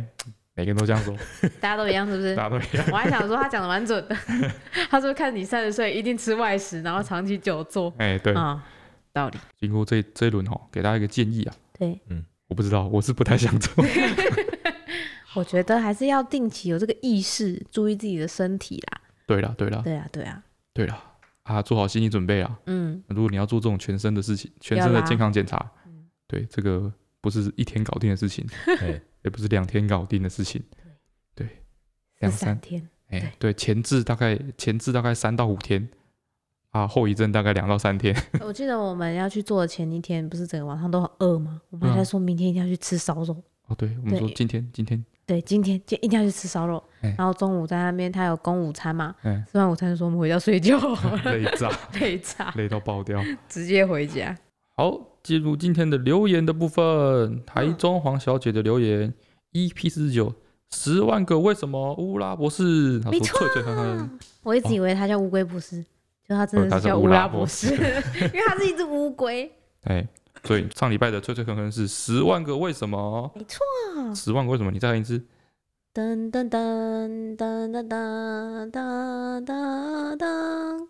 每个人都这样说，
大家都一样是不是？
大家都一样。
我还想说他讲的蛮准的， 他说看你三十岁一定吃外食，然后长期久坐
哎，对，
啊，道理
经过这这一轮哈，给大家一个建议啊，
对。
我不知道，我是不太想 做。
我觉得还是要定期有这个意识，注意自己的身体啦。
对啦，对啦，
对啊，对啊，
对啦，啊，做好心理准备啊。
嗯，
如果你要做这种全身的事情，全身的
要嗯啦
健康检查，对，这个不是一天搞定的事情，
哎，
也不是两天搞定的事情，对，
十
两
三
三，
天，
哎、对，前置大概前置大概三到五天，啊，后遗症大概两到三天，
我记得我们要去做的前一天，不是整个晚上都很饿吗？我们
对啊
还在说明天一定要去吃烧肉。
哦，对，我们说
对
今天今天，
对，今天今天一定要去吃烧肉，
哎
然后中午在那边他有供午餐嘛，
哎
吃完午餐就说我们回家睡觉，
累 炸，
累炸，
累到爆掉。
直接回家。
好，进入今天的留言的部分，台中黄小姐的留言，EP 四十九，十万个为什么，乌拉博士，她
没
说
错
翠翠憨憨，
我一直以为他叫乌龟博士，就他真
哦
的
他
是
是
叫
乌
乌
拉
拉
博
博士， 因为他是一只乌龟。
哎。所以上礼拜的翠翠哼哼是十万个为什么，
没错，
十万个为什么，你再哼 一次，
噔噔噔噔噔噔噔噔噔。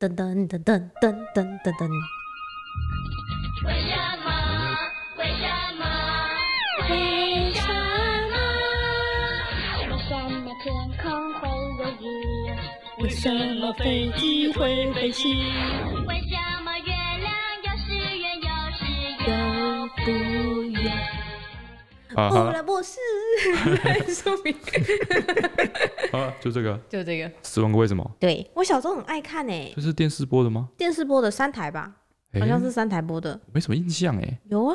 噔噔噔噔噔噔噔噔，
为什么？为什么？为什么？为什么天空会有云？
为什么飞机会飞行？
为什么月亮有时圆，有时圆？
有不远？
啊
乌
哈
拉博 士， 说明
啊，就这个
就这个。
十万个为什么，
对我小时候很爱看诶、
这是电视播的吗？
电视播的三台吧，
哎
好像是三台播的。
没什么印象哎，
有啊，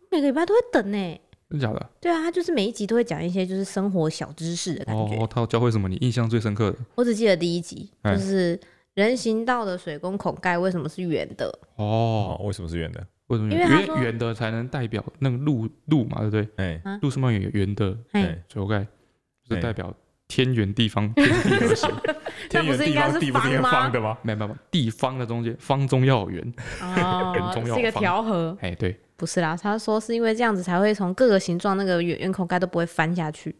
我每个礼拜都会等呢、
真的假的？
对啊，他就是每一集都会讲一些就是生活小知识的感觉。
哦，他有教会什么你印象最深刻的？
我只记得第一集，
哎
就是人行道的水沟孔盖为什么是圆的？
哦
哦，，
为什么是圆的？
为什么
因为他说
圆圆的才能代表那个路路嘛，对不对？
哎，
路上面有圆的
哎，
哎，
水沟盖，就是
哎
代表天圆地 方，天地和谐。
那
天
不
圆
是应
地
该
方，
是
地不是
方
应该
吗
方？的吗？
没有没有没有，地方的中间，方中要有圆。
哦
很重要
是一个
方
调和，
哎，对，
不是啦。他说是因为这样子才会从各个形状那个圆圆孔盖都不会翻下去。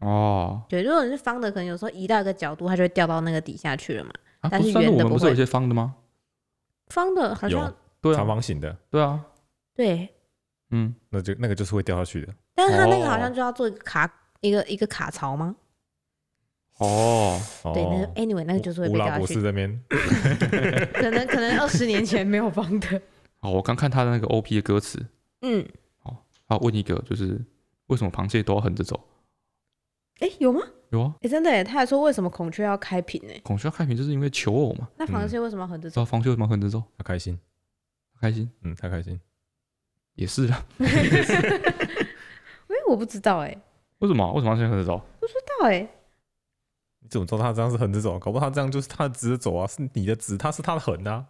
哦，
对，如果你是方的，可能有时候移到一个角度，它就会掉到那个底下去了嘛。
啊，
但
不
是
是，但是
圆
我
的
们
不
不是有
会
些方的吗？
方的好像
有
对
长
啊，
方形的，
对啊，
对，
嗯，
那就那个就是会掉下去的。
但是它那个
哦
好像就要做一个卡一个一个卡槽吗？
哦，
哦
对，那个 anyway 那个就是会被
吴吴
掉
拉
下
博士
去，
这边，
可能可能二十年前没有放的。
哦，我刚看他的那个 OP 的歌词，
嗯，
他问一个就是为什么螃蟹都要横着走？
哎、有吗？
有啊，
哎、真的耶，他还说为什么孔雀要开屏呢？
孔雀开屏就是因为求偶嘛，
那螃蟹为什么要横着
知道
走？
螃蟹为什么横着走？
他开心，
开心
嗯，他开心，
也是啊，
哎、我不知道哎、
为什么啊？为什么要先横着走？
不知道哎、
你怎么知道他这样是横着走？搞不好他这样就是他的直着走啊，是你的直，他是他的横啊。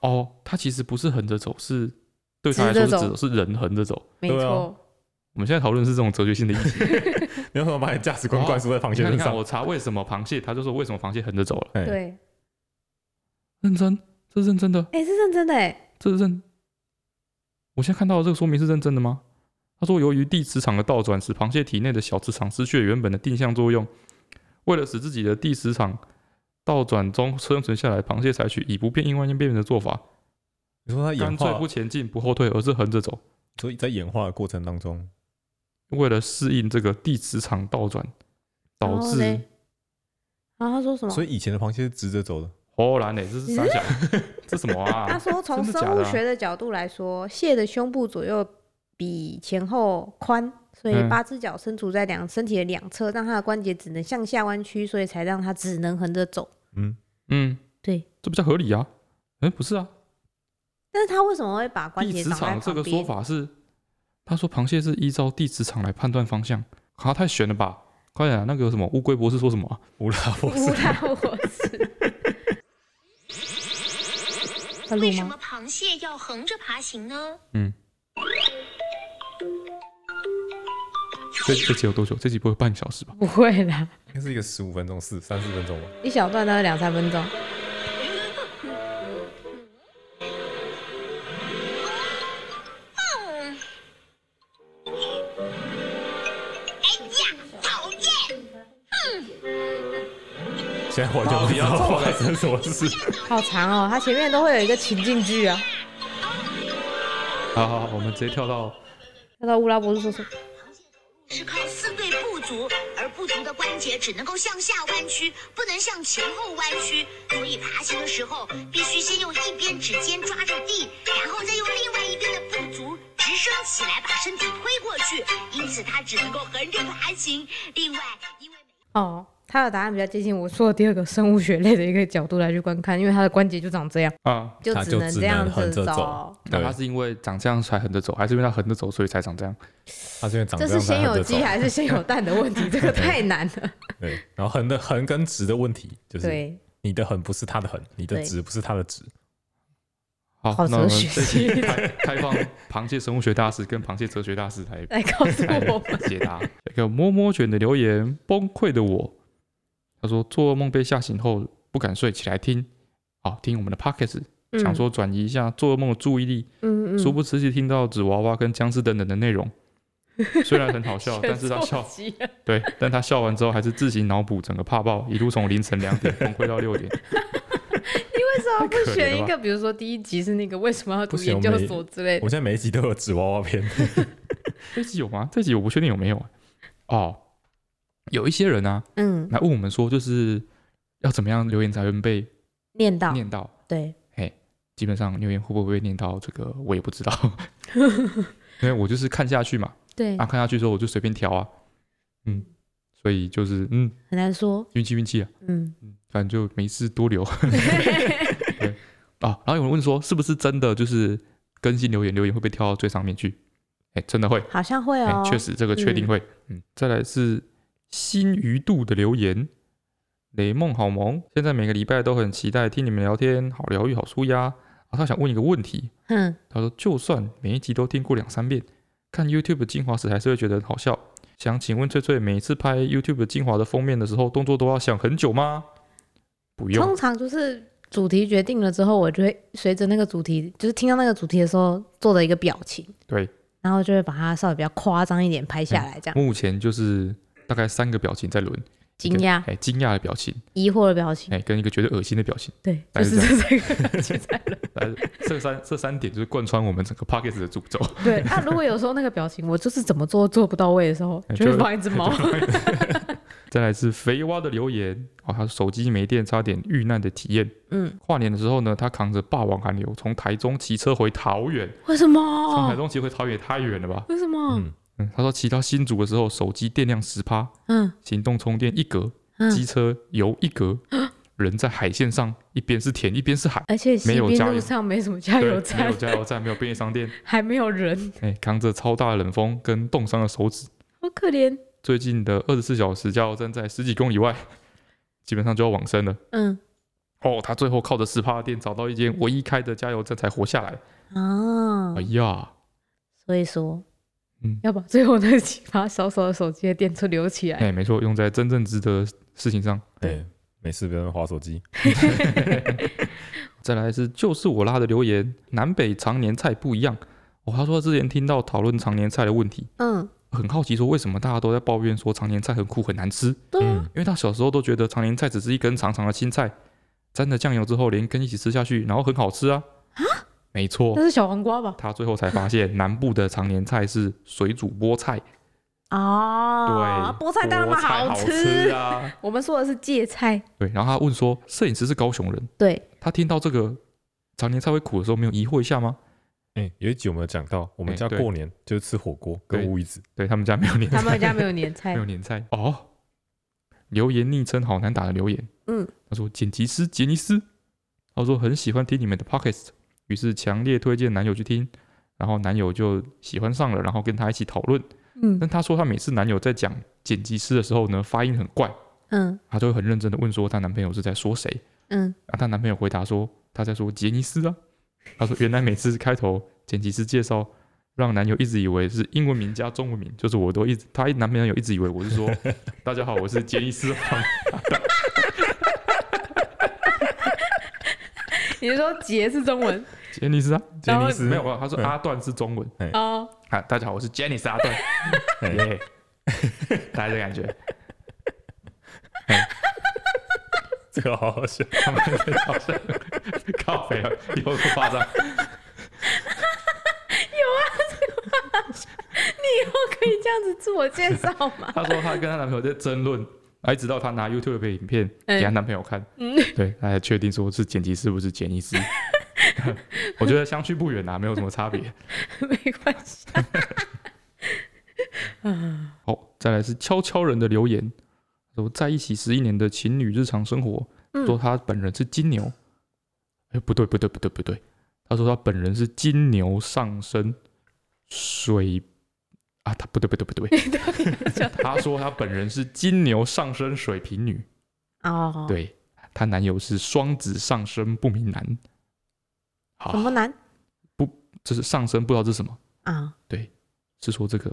哦，他其实不是横着走，是对他来说
直着
是
走
直是人横着走。
没
对啊
错，
我们现在讨论的是这种哲学性的议题。
你为什么把你的价值观灌输在螃蟹
你看，
身
你看，
上？
哦
我查为什么螃蟹，他就说为什么螃蟹横着走了。
哎，
对，
认真，这是认真的，
哎、是认真的哎，
这是认。我现在看到的这个说明是认真的吗？他说，由于地磁场的倒转，使螃蟹体内的小磁场失去了原本的定向作用。为了使自己的地磁场倒转中生存下来，螃蟹采取以不变应万变的做法，
你说他演
干脆
化
不，前进不后退，而是横着走。
所以在演化的过程当中，
为了适应这个地磁场倒转，导
然后
致
嘞然后他说什么？
所以以前的螃蟹是直着走的，
荷兰哎呢，这是 三小，这什么啊？
他说从
真的假
生
的
物
啊
学的角度来说，蟹的胸部左右比前后宽，所以
嗯
八只脚伸处在两身体的两侧，让它的关节只能向下弯曲，所以才让它只能横着走。
嗯，
嗯，
对，
这比较合理啊。哎、不是啊，
但是它为什么会把关
地
节
磁
长在
场这
旁
个说
边？
法是，他说螃蟹是依照地磁场来判断方向，啊，太悬了吧！快点、啊，那个什么乌龟博士说什么啊、
乌拉博
乌
士，
拉我 是。要录
为什
吗
么？螃蟹要横着爬行呢？
这这集有多久？这集不会半小时吧？
不会啦，
应该是一个十五分钟、四三四分钟吧。
一小段大概两三分钟。
现在完全不知道
哦
发生什么事。
好长哦，它前面都会有一个情境剧啊。
好好好，我们直接跳到
看到乌拉博士说什么？
是靠四对部足，而部足的关节只能够向下弯曲，不能向前后弯曲，所以爬行的时候必须先用一边指尖抓着地，然后再用另外一边的部足直升起来，把身体推过去，因此它只能够横着爬行。另外，因为
哦，他的答案比较接近我说的第二个生物学类的一个角度来去观看，因为他的关节就长这样，
啊，
就
它
只
就
能
只
这样
能横
子
着
走
走。
那
对
它是因为长这样才横着走，还是因为它横着走所以才长这样？
他这边长
这
样
是
才
先
横
有
着走
鸡，还是先有蛋的问题，这个太难了。
对，然后横的横跟直的问题，就是
对，
你的横不是他的横，你的
对
直不是他的直。
好，
好
那我们
哲学
这集
系
开开放螃蟹生物学大师跟螃蟹哲学大师来
来告诉我们，
解答。一个摸摸卷的留言，崩溃的我，他说做梦被吓醒后不敢睡，起来听，好听我们的 pockets，想说转移一下做梦的注意力，
嗯嗯，嗯嗯，
殊不知是听到纸娃娃跟僵尸等等的内容。虽然很好笑，但是他笑
极
对，但他笑完之后还是自行脑补整个怕爆，一路从凌晨两点崩溃到六点。
为什么不
太可怜
选
了
一
吧
个？比如说第一集是那个为什么要读
不行
研
我
究
们也
所之类
我
的，
现在每一集都有纸娃 娃篇，
这集有吗？这集我不确定有没有。哦，有一些人啊，
嗯，
来问我们说，就是要怎么样留言才能被
念到
念到？
对，
基本上留言会不会念到这个，我也不知道， 因为我就是看下去嘛，
对
啊，看下去之后我就随便挑啊，嗯，所以就是嗯，
很难说，
运气运气啊，
嗯，
嗯，反正就没事多留。对啊，然后有人问说，是不是真的就是更新留言，留言会被挑到最上面去？哎，真的会，
好像会
哎
哦，，
确实这个确定会，嗯再来是新鱼度的留言。雷梦好萌，现在每个礼拜都很期待听你们聊天，好疗愈，好舒压。啊，他想问一个问题，
嗯，
他说，就算每一集都听过两三遍，看 YouTube 精华时还是会觉得很好笑。想请问翠翠，每次拍 YouTube 精华的封面的时候，动作都要想很久吗？不用
通，常就是主题决定了之后，我就会随着那个主题，就是听到那个主题的时候做的一个表情，
对，
然
嗯
后就会把它稍微比较夸张一点拍下来，这样。
目前就是大概三个表情在轮，
惊讶、
哎惊讶的表情，
疑惑的表情，
哎，跟一个觉得恶心的表情，
对，
大
就
概
是
是
这个就在了。
来，这三 这三点就是贯穿我们整个 p o c k e t 的诅咒。
对，啊，如果有时候那个表情我就是怎么做做不到位的时候，
哎
就会
就
放一只猫。
再来是肥蛙的留言，哦，他说手机没电，差点遇难的体验。
嗯，
跨年的时候呢，他扛着霸王寒流从台中骑车回桃园，
为什
从台
么？
中骑回桃园也太远了吧？
为什么？
嗯，
嗯，他说骑到新竹的时候，手机电量十趴，
嗯
行动充电一格，机
嗯，
车油 一格，人在海线上，一边是田一边是海，
而且西
没有
滨
加
路
油
上没什么加
对，
油
没
站
有，加油站，没有便利商店，
还没有人，
哎、扛着超大的冷风跟冻伤的手指，
好可怜。
最近的二十四小时加油站在十几公里外，基本上就要往生了。
嗯
哦，他最后靠着十趴的电找到一间唯一开的加油站才活下来。
啊
哎，呀，
所以说，
嗯
要把最后那几把小小的手机的电池留起来。
哎、没错，用在真正值得的事情上。
对，没事不要划手机，
再来是就是我拉的留言，南北常年菜不一样。哦，他说之前听到讨论常年菜的问题，
嗯，
很好奇说为什么大家都在抱怨说常年菜很苦很难吃，因
对啊
嗯，
为他小时候都觉得常年菜只是一根长长的青菜，沾了酱油之后连根一起吃下去，然后很好吃啊。没错
那，是小黄瓜吧？
他最后才发现南部的常年菜是水煮菠菜，
啊，
对，
菠菜当然
菠菜
好
好
吃。
啊。
我们说的是芥菜，
对，然后他问说，摄影师是高雄人，
对，
他听到这个常年菜会苦的时候，没有疑惑一下吗？
哎，有一集我们有讲到，我们
哎
家
对
过年就是吃火锅跟
对
乌鱼子，
对他们家没有年
他
菜，
们家没有年菜
没有，年菜哦。留言昵称好难打的留言，
嗯，
他说剪辑师杰尼斯，他说很喜欢听你们的 podcast，于是强烈推荐男友去听，然后男友就喜欢上了，然后跟他一起讨论。
嗯
但他说他每次男友在讲剪辑师的时候呢，发音很怪，
嗯
她就会很认真的问说她男朋友是在说谁
嗯，
啊？她男朋友回答说他在说杰尼斯啊。她说原来每次开头剪辑师介绍，让男友一直以为是英文名加中文名，就是我都一直她男朋友一直以为我是说大家好，我是杰尼斯啊黄。
你是说杰是中 文
杰尼斯啊，
杰尼斯嗯
没有没有，他说阿段是中文
哦，
啊。大家好，我是杰尼斯阿段，
哎
耶， 大家的感觉，
这个好好笑，
他们真的好像靠北啊，有多夸张？
以后可以这样子自我介绍吗？
她说她跟她男朋友在争 论，啊一直到她拿 YouTube 的影片
嗯
给她男朋友看，对，她才确定说是剪辑师不是剪辑 师。我觉得相去不远啊，没有什么差 别。
没关系，
好、再来是悄悄人的留言，说在一起十一年的情侣日常生活，
嗯
说他本人是金牛，哎、不对不对不对不对，他说他本人是金牛上升水啊，他不对不对不 对，他说他本人是金牛上升水瓶女。
哦，，
对，她男友是双子上升不明男，
什么
好，
难
这是上升不知道这是什么，
啊？
是说这个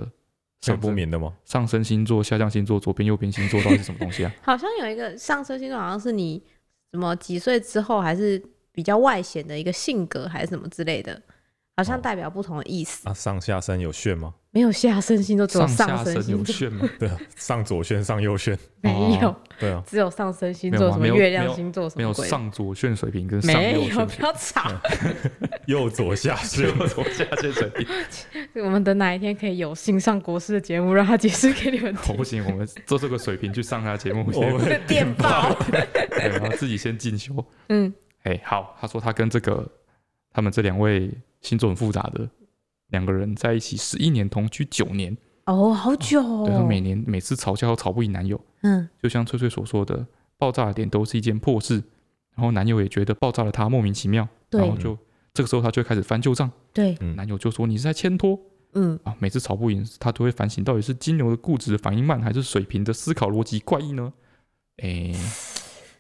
是有
上
不
升
眠的吗？
上升星座、下降星座、左边右边星座到底是什么东西 啊？
好像有一个上升星座，好像是你什么几岁之后还是比较外显的一个性格，还是什么之类的，好像
哦
代表不同的意思。
啊，上下身有炫吗？
没有下身星座，只有
上
上
下
升
身
星
有
座，
炫吗？
对啊，上左炫，上右炫，
没有，
对 啊，
只有上升星
没
座，
有吗
什么
没有
月亮星座，什
没
么
有
鬼的？
上左旋水平跟上
没
右
有，
旋
不
水
要吵。
右左下炫
平，， 左下旋水平。
我们等哪一天可以有幸上国师的节目，让他解释给你们
我
听。
哦不行，我们做这个水平去上他节 目
我
先，
们
电报，
对，然后自己先进修。
嗯，
哎、好，他说他跟这个他们这两位星座很复杂的两个人在一起十一年，同居九年，
哦，好久
对她
哦，
每年每次吵架都吵不赢男友，
嗯
就像翠翠所说的，爆炸的点都是一件破事，然后男友也觉得爆炸了她莫名其妙，
对
然后就这个时候她就会开始翻旧账，
对，
嗯
男友就说你是在牵拖
嗯，
啊，每次吵不赢她都会反省，到底是金牛的固执反应慢，还是水瓶的思考逻辑怪异呢？诶，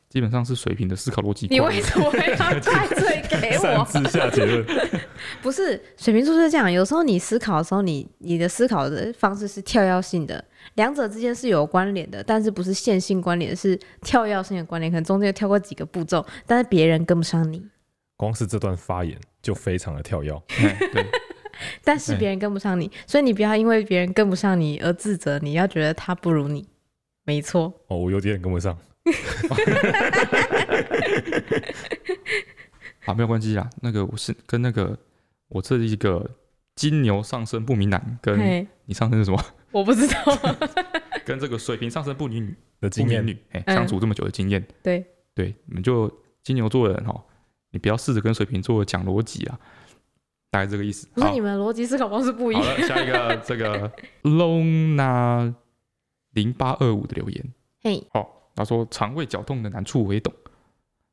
基本上是水瓶的思考逻辑
你
怪
为
异，
什么要怪罪 给
擅
我？
自下结论，
不是水瓶座就是这样，有时候你思考的时候，你你的思考的方式是跳跃性的，两者之间是有关联的，但是不是线性关联，是跳跃性的关联，可能中间跳过几个步骤，但是别人跟不上你，
光是这段发言就非常的跳跃，
哎对，
但是别人跟不上你，所以你不要因为别人跟不上你而自责，你要觉得他不如你，没错，
哦，我有点跟不上。
啊，没有关系啦。那个我是跟那个我这一个金牛上升不明男，跟
嘿，
你上升是什么？
我不知道，
跟这个水瓶上升不女女
的
不
经
明
验
女，哎、
嗯
相处这么久的经验，
对，
对，你们就金牛座的人哈，你不要试着跟水瓶座讲逻辑啊，大概这个意思。
不是
好
你，们的逻辑思考方式不一
好
样。
了，下一个这 个 Lona 零八二五的留言，
嘿，
哦，他说肠胃绞痛的难处我也懂。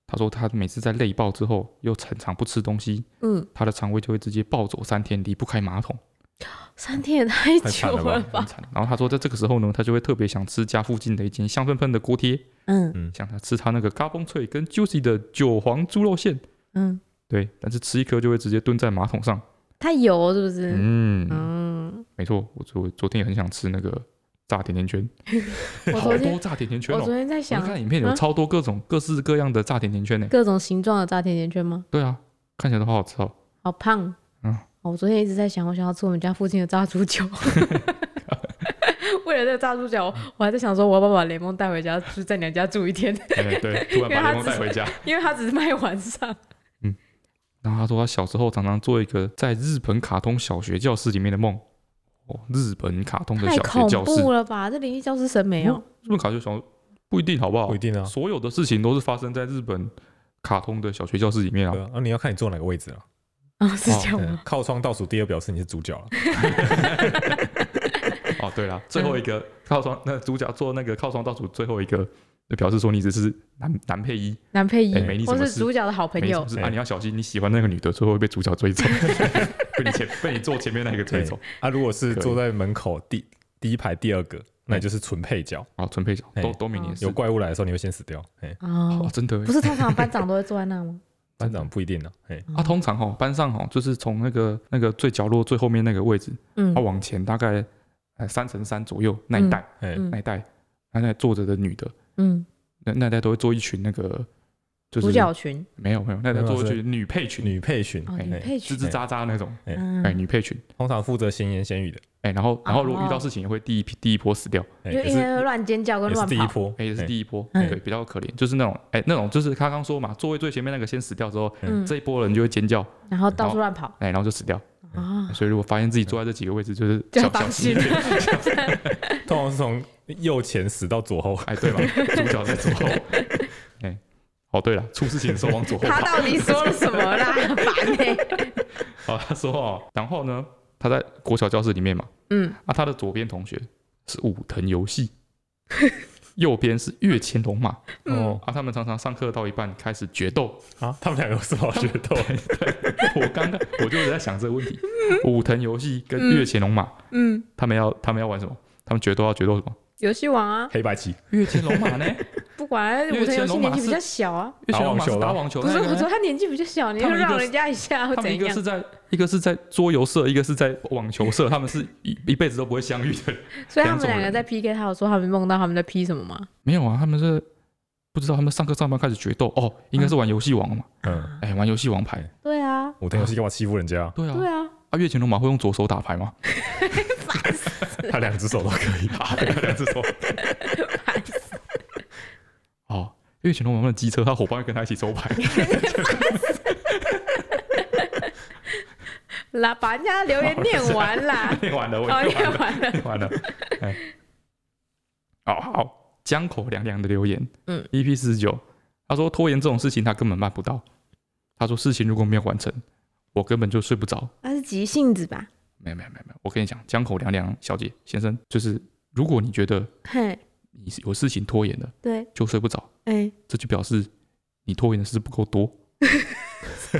他说他每次在累爆之后，又常常不吃东西，
嗯，
他的肠胃就会直接暴走三天，离不开马桶，
三天也太
太惨
久
了吧
了
很
吧？
惨。然后他说在这个时候呢，他就会特别想吃家附近的一间香喷喷的锅贴，
嗯
想他吃他那个嘎嘣脆跟 juicy 的韭黄猪肉馅，
嗯，
对，但是吃一颗就会直接蹲在马桶上。
太油是不是？
嗯，
嗯，
没错，我昨昨天也很想吃那个炸甜甜圈，
我
好
昨
多
天
炸甜甜圈
我
哦。
昨天在
我
想
看影片有
啊
超多各种各式各样的炸甜甜圈呢。
各种形状的炸甜甜圈吗？
对啊，看起来都好好吃哦。
好胖。
嗯
哦，我昨天一直在想，我想要吃我们家附近的炸猪脚。 为了这个炸猪脚，我还在想说，我要不要把雷蒙带回家，就是在娘家住一天，
哎对，
因
突然
为
把
他
雷蒙带回家。
因为他只是卖晚上。
然后他说他小时候常常做一个在日本卡通小学教室里面的梦。哦，日本卡通的
太
小学
恐
教室
怖，了吧！这灵异教师审美哦，
日本卡通小不一定好不好？
不一定啊
所有的事情都是发生在日本卡通的小学教室里面啊
对。啊，啊你要看你坐哪个位置啊。
啊，是这样
嗯
吗？
靠窗倒数第二表示你是主角了。
哦，对了，最后一
嗯
个靠窗，那主角做那个靠窗倒数最后一个，就表示说你只是男男配一，
男配
哎没你
一，
什么
或
事
是主角的好朋
没什
友
么，事啊。
哎
你要小心，你喜欢那个女的，最后会被主角 追走， 被你前被你坐前面那个追走。
啊，如果是
可以
坐在门口第第一排第二个，那你就是纯配角。
哦，纯配角
哎
都都没你的事
有。怪物来的时候，你会先死掉。哎，
哦
哦，，
真的耶
不是通常班长都会坐在那吗？嗯
班长不一定呢。哎，
啊，通常哈班上哈就是从那个那个最角落最后面那个位置，
嗯
啊，往前大概呃三乘三左右那一带
哎，
嗯
那一带，那那坐着的女的，
嗯，
那那一带都会坐一群那个就是
主角群
没有没有，那一带
没有
坐一
是
群女配群，
女配群，
哦，
哎
女配
吱
群，
吱喳喳那种，
嗯
哎，，女配群。
通常负责闲言闲语的，
哎、然
哦
后然后如果遇到事情也会第一批、第一波死掉，
哎，
就
也
一
是
天会乱尖叫跟
也是
乱
第一
跑，
波，
哎、也是
哎
第一波，
嗯
对，比较可怜，就是那种哎、那种就是他刚说嘛，座位最前面那个先死掉之后，
嗯
这一波人就会尖叫，
然后到处乱跑
哎、然后就死掉。
啊，
所以如果发现自己坐在这几个位置，就是
就要
小
当
小
心
心，。
通常是从右前死到 左后。
哎，对吧？主角在左后， 哎、哦对了，出事情的时候往左后
他
跑。
到底 说了什么啦？烦呢？
哦，他说哦，然后呢，他在国小教室里面嘛，
嗯，
啊，他的左边同学是武藤游 戏，右边是月前龙马，
嗯
哦
啊，他们常常上课到一半开始决 斗。
啊，他们两个有什么好决 斗？
我刚刚我就是在想这个问题，武藤游戏跟月前龙马，
嗯，
他们要他们要玩什么？他们决斗要决斗什么？
游戏王啊，
黑白棋，
月前龙马呢？
不管
因
武
为
藤游
乾
戏
隆
年
马
纪比
是
较小啊，
月前龙马是
打
打
网
网球
不是
那
我
个
说
呢。
他年纪比较小，你就
他们一个
让
是
人家一 下会
他们一
怎
个
样
是？在一个是在桌游社，一个是在网球社，他们是一一辈子都不会相遇的。
所以他
两
们
种
两个
人
在 PK，他有说他们梦到他们在 P 什么吗？
没有啊，他们是不知道他们上课上班开始决斗哦，应该是玩游戏王嘛，
嗯，
哎，玩游戏王牌。
对啊，
武藤游戏干嘛欺负人 家？
对啊，
对啊，
啊，月前龙马会用左手打牌吗？
他两只手都可 以，两只手。
哦，月前龙马们的机车，他伙伴会跟他一起 抽牌。，
啦，把人家留言念完啦
念完了，我
哦，
念完
念
了。
完了，
完了，哎，哦好，江口凉凉的留言，
嗯
，EP 四十九，他说拖延这种事情他根本办不到，他说事情如果没有完成，我根本就睡不着。
他是急性子吧？
没有没有没有没有，我跟你讲，江口凉凉小姐先生，就是如果你觉得
嘿，
你是有事情拖延了
对，
就睡不着，
哎，
这就表示你拖延的事不够多。 是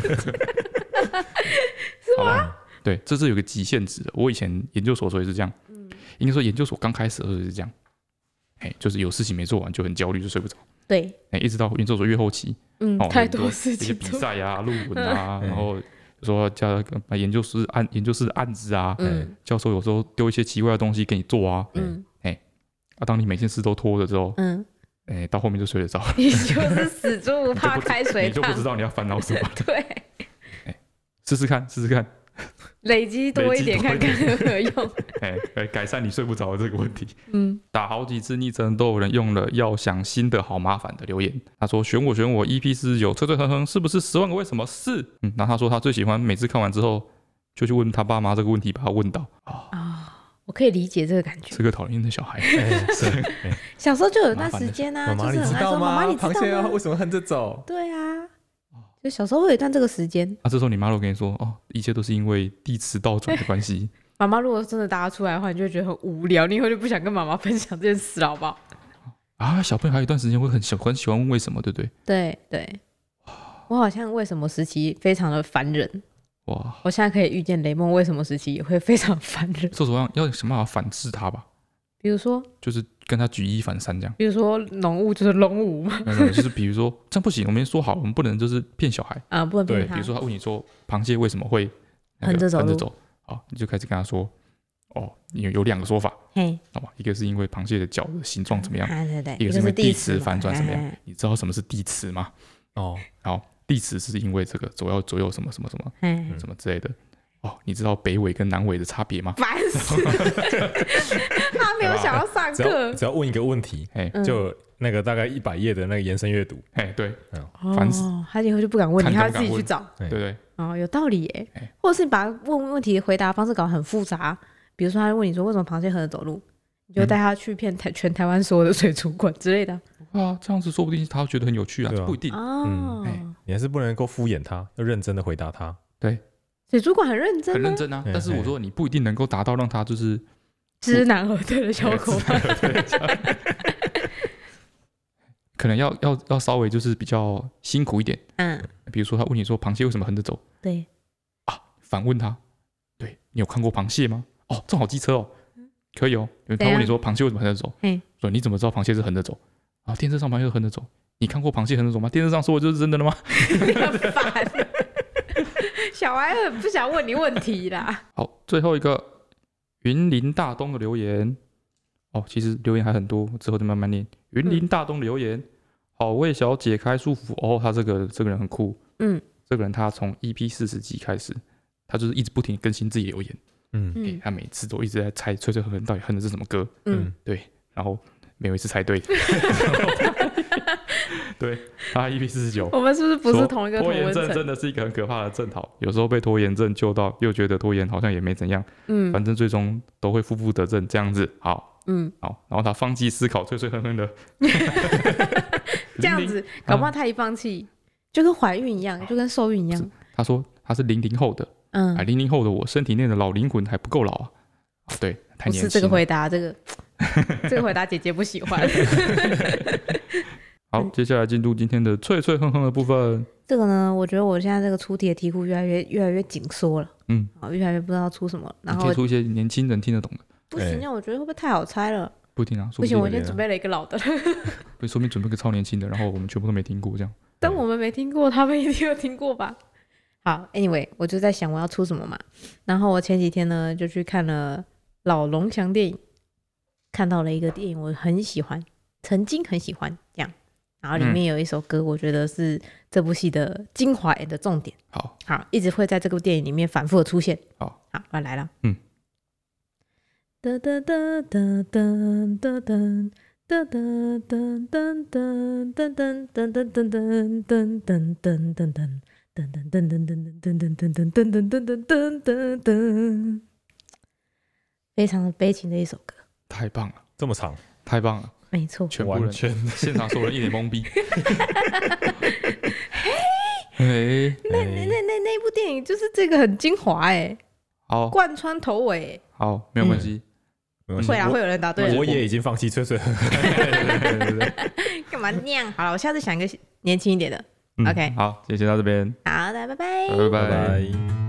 嗯
吗？对，这是有个极限值的。我以前研究所的时候也是这样，
嗯
应该说研究所刚开始的时候也是这样，哎，就是有事情没做完就很焦虑，就睡不着。
对，
哎，一直到研究所越后期，
嗯
哦，，
太
很
多事
一些
情
比
做，
赛啊、论文啊，
嗯
然后说叫把研究室案、研究室的案子啊，
嗯
教授有时候丢一些奇怪的东西给你做啊。
嗯
啊，当你每件事都拖着之后，
嗯，
哎，到后面就睡得着了，
你就是死 猪不怕
你就不知
开水
你就不
烫
知，道你要烦恼什么了。
对，
试试看，试试看。
累积多一点看看有没有用。
哎哎，改善你睡不着的这个问题。
嗯，
打好几次逆针都有人用了，要想新的好麻烦的留言。他说选我选我 EP 四十九，车醉哼哼是不是十万个为什么是？嗯，然后他说他最喜欢每次看完之后就去问他爸妈这个问题，把他问到啊，
啊、我可以理解这个感觉。
这个讨厌的小孩。
哎是哎
小时候就有一段时间啊，
妈
就
妈，
是
你知
很爱
道
说
吗？
妈妈，你知道
螃蟹要
吗？
为什么横着走？
对啊，就小时候会有一段这个时间。
啊，这时候你妈都跟你说哦，一切都是因为地磁倒转的关系。
妈妈如果真的搭出来的话，你就会觉得很无聊，你以后就不想跟妈妈分享这件事了，好不好？
啊，小朋友还有一段时间会很喜很喜欢问为什么，对不对？
对对， 我好像为什么时期非常的烦人，
哇，
我现在可以预见雷梦为什么时期也会非常烦人。
这时候要要想办法反制他吧，
比如说，
就是跟他举一反三这样。
比如说农务就是农务嘛，
没有没有 就是比如说这样不行，我们说好，我们不能就是骗小孩。
啊，不能
对
骗
比
他。
如说他问你说螃蟹为什么会那个
横着走
横着
路
走，好，你就开始跟他说，哦，有有两个说法，
嘿，
好吧，一个是因为螃蟹的脚的形状怎么样，
啊对对，
一个是
是
因为地
磁
磁反转怎么样
哎？
你知道什么是地磁吗？
哦，
好，地磁是因为这个左右左右什么什么什么
哎哎
什么之类的。哦，你知道北纬跟南纬的差别吗？
烦死了！他没有想要上
只要
课，
只要问一个问题，
哎
嗯
就有那个大概一百页的那个延伸阅读，
哎，对烦死
哦，他以后就不敢问你，
看
他自
都不敢
己去
问
找。
对
对对，
哦，有道理耶
哎。
或者是你把问问题回答方式搞得很复杂，比如说他问你说为什么螃蟹横着走路，你
嗯
就带他去骗台全台湾所有的水族馆之类的。
啊，这样子说不定他觉得很有趣啊，
对啊
这不一定。
哦，
哎
你还是不能够敷衍他，要认真的回答他。
水族馆很认真
很
吗
认？真啊，
嗯
但是我说你不一定能够达到让他就是
知难而退的效果。
可能要要要稍微就是比较辛苦一点。
嗯，
比如说他问你说螃蟹为什么横着走，啊
对，
反问他，对你有看过螃蟹吗？哦，正好机车哦，可以哦。他
怎样
问你说螃蟹为什么横着走
啊嘿，
说你怎么知道螃蟹是横着走？啊，电视上螃蟹是横着走，你看过螃蟹横着走吗？电视上说的就是真的了吗？
很烦。 小孩很不想问你问题啦。
好，最后一个云林大东的留言。哦，其实留言还很多，之后就慢慢念。云林大东留言，好为小姐开束缚哦，他这个这个人很酷，
嗯，
这个人他从 EP 四十集开始，他就是一直不停地更新自己的留言，
嗯
诶
嗯
他每次都一直在猜吹吹哼哼到底哼的是什么歌，
嗯，
然后没有一次猜对。 对，他 EP 四十九，
我们是不是不是
说
同一个同
拖延
温
症
层？
真的是一个很可怕的症头，有时候被拖延症救到，又觉得拖延好像也没怎样，
嗯
反正最终都会负负得正这样子。好，
嗯，
好，然后他放弃思考，吹吹哼哼的，
这样
00。
子，搞不好他一放弃，就跟怀孕一
嗯
样，就跟受孕一样。
他说他是零零后的，
嗯
啊，，零零后的我身体内的老灵魂还不够老啊，啊，对，太
不
年
是这
轻。
个回答，这个 这个回答姐姐不喜 欢。嗯
好，接下来进入今天的脆脆哼哼的部分。
这个呢，我觉得我现在这个出题的题库越来越越来越紧缩了，
嗯，
啊，越来越不知道出什么了。然
你
后
贴出一哎些年轻人听得懂的，
不行啊，我觉得会不会太好猜了？
不听啊，说
不
定
行，我
有
已经
点
准备了一个老 的了，
会说明准备个超年轻的，然后我们全部都没听过这样。
但我们没听过，他们一定有听过吧？好，anyway，我就在想我要出什么嘛。然后我前几天呢就去看了老龙翔电影，看到了一个电影，我很喜欢，曾经很喜欢这样。然
嗯
后里面有一首歌，我觉得是这部戏的精华的重点。
好，
好，一直会在这个电影里面反复的出现。
好，
好，我来了。
嗯。
哒哒哒哒哒哒哒哒哒哒哒哒哒哒哒哒哒哒哒哒哒哒哒哒。噔噔噔噔噔噔噔噔噔噔噔噔噔噔噔，非常悲情的一首歌，
太棒了，
这么长，
太棒了，
没错。
全部
完
人
全
现场所有人一脸懵逼。嘿，
那那
哎
那那那部电影就是这个很精华哎，
好
贯穿头尾，欸
好，没有关系。
没关系
会啦，
我
会有人答对啊了。
我也已经放弃吹 吹，
干嘛那样？好了，我下次想一个年轻一点的。
嗯
OK
好，今天先到这边，
好的，拜拜。
拜
拜拜。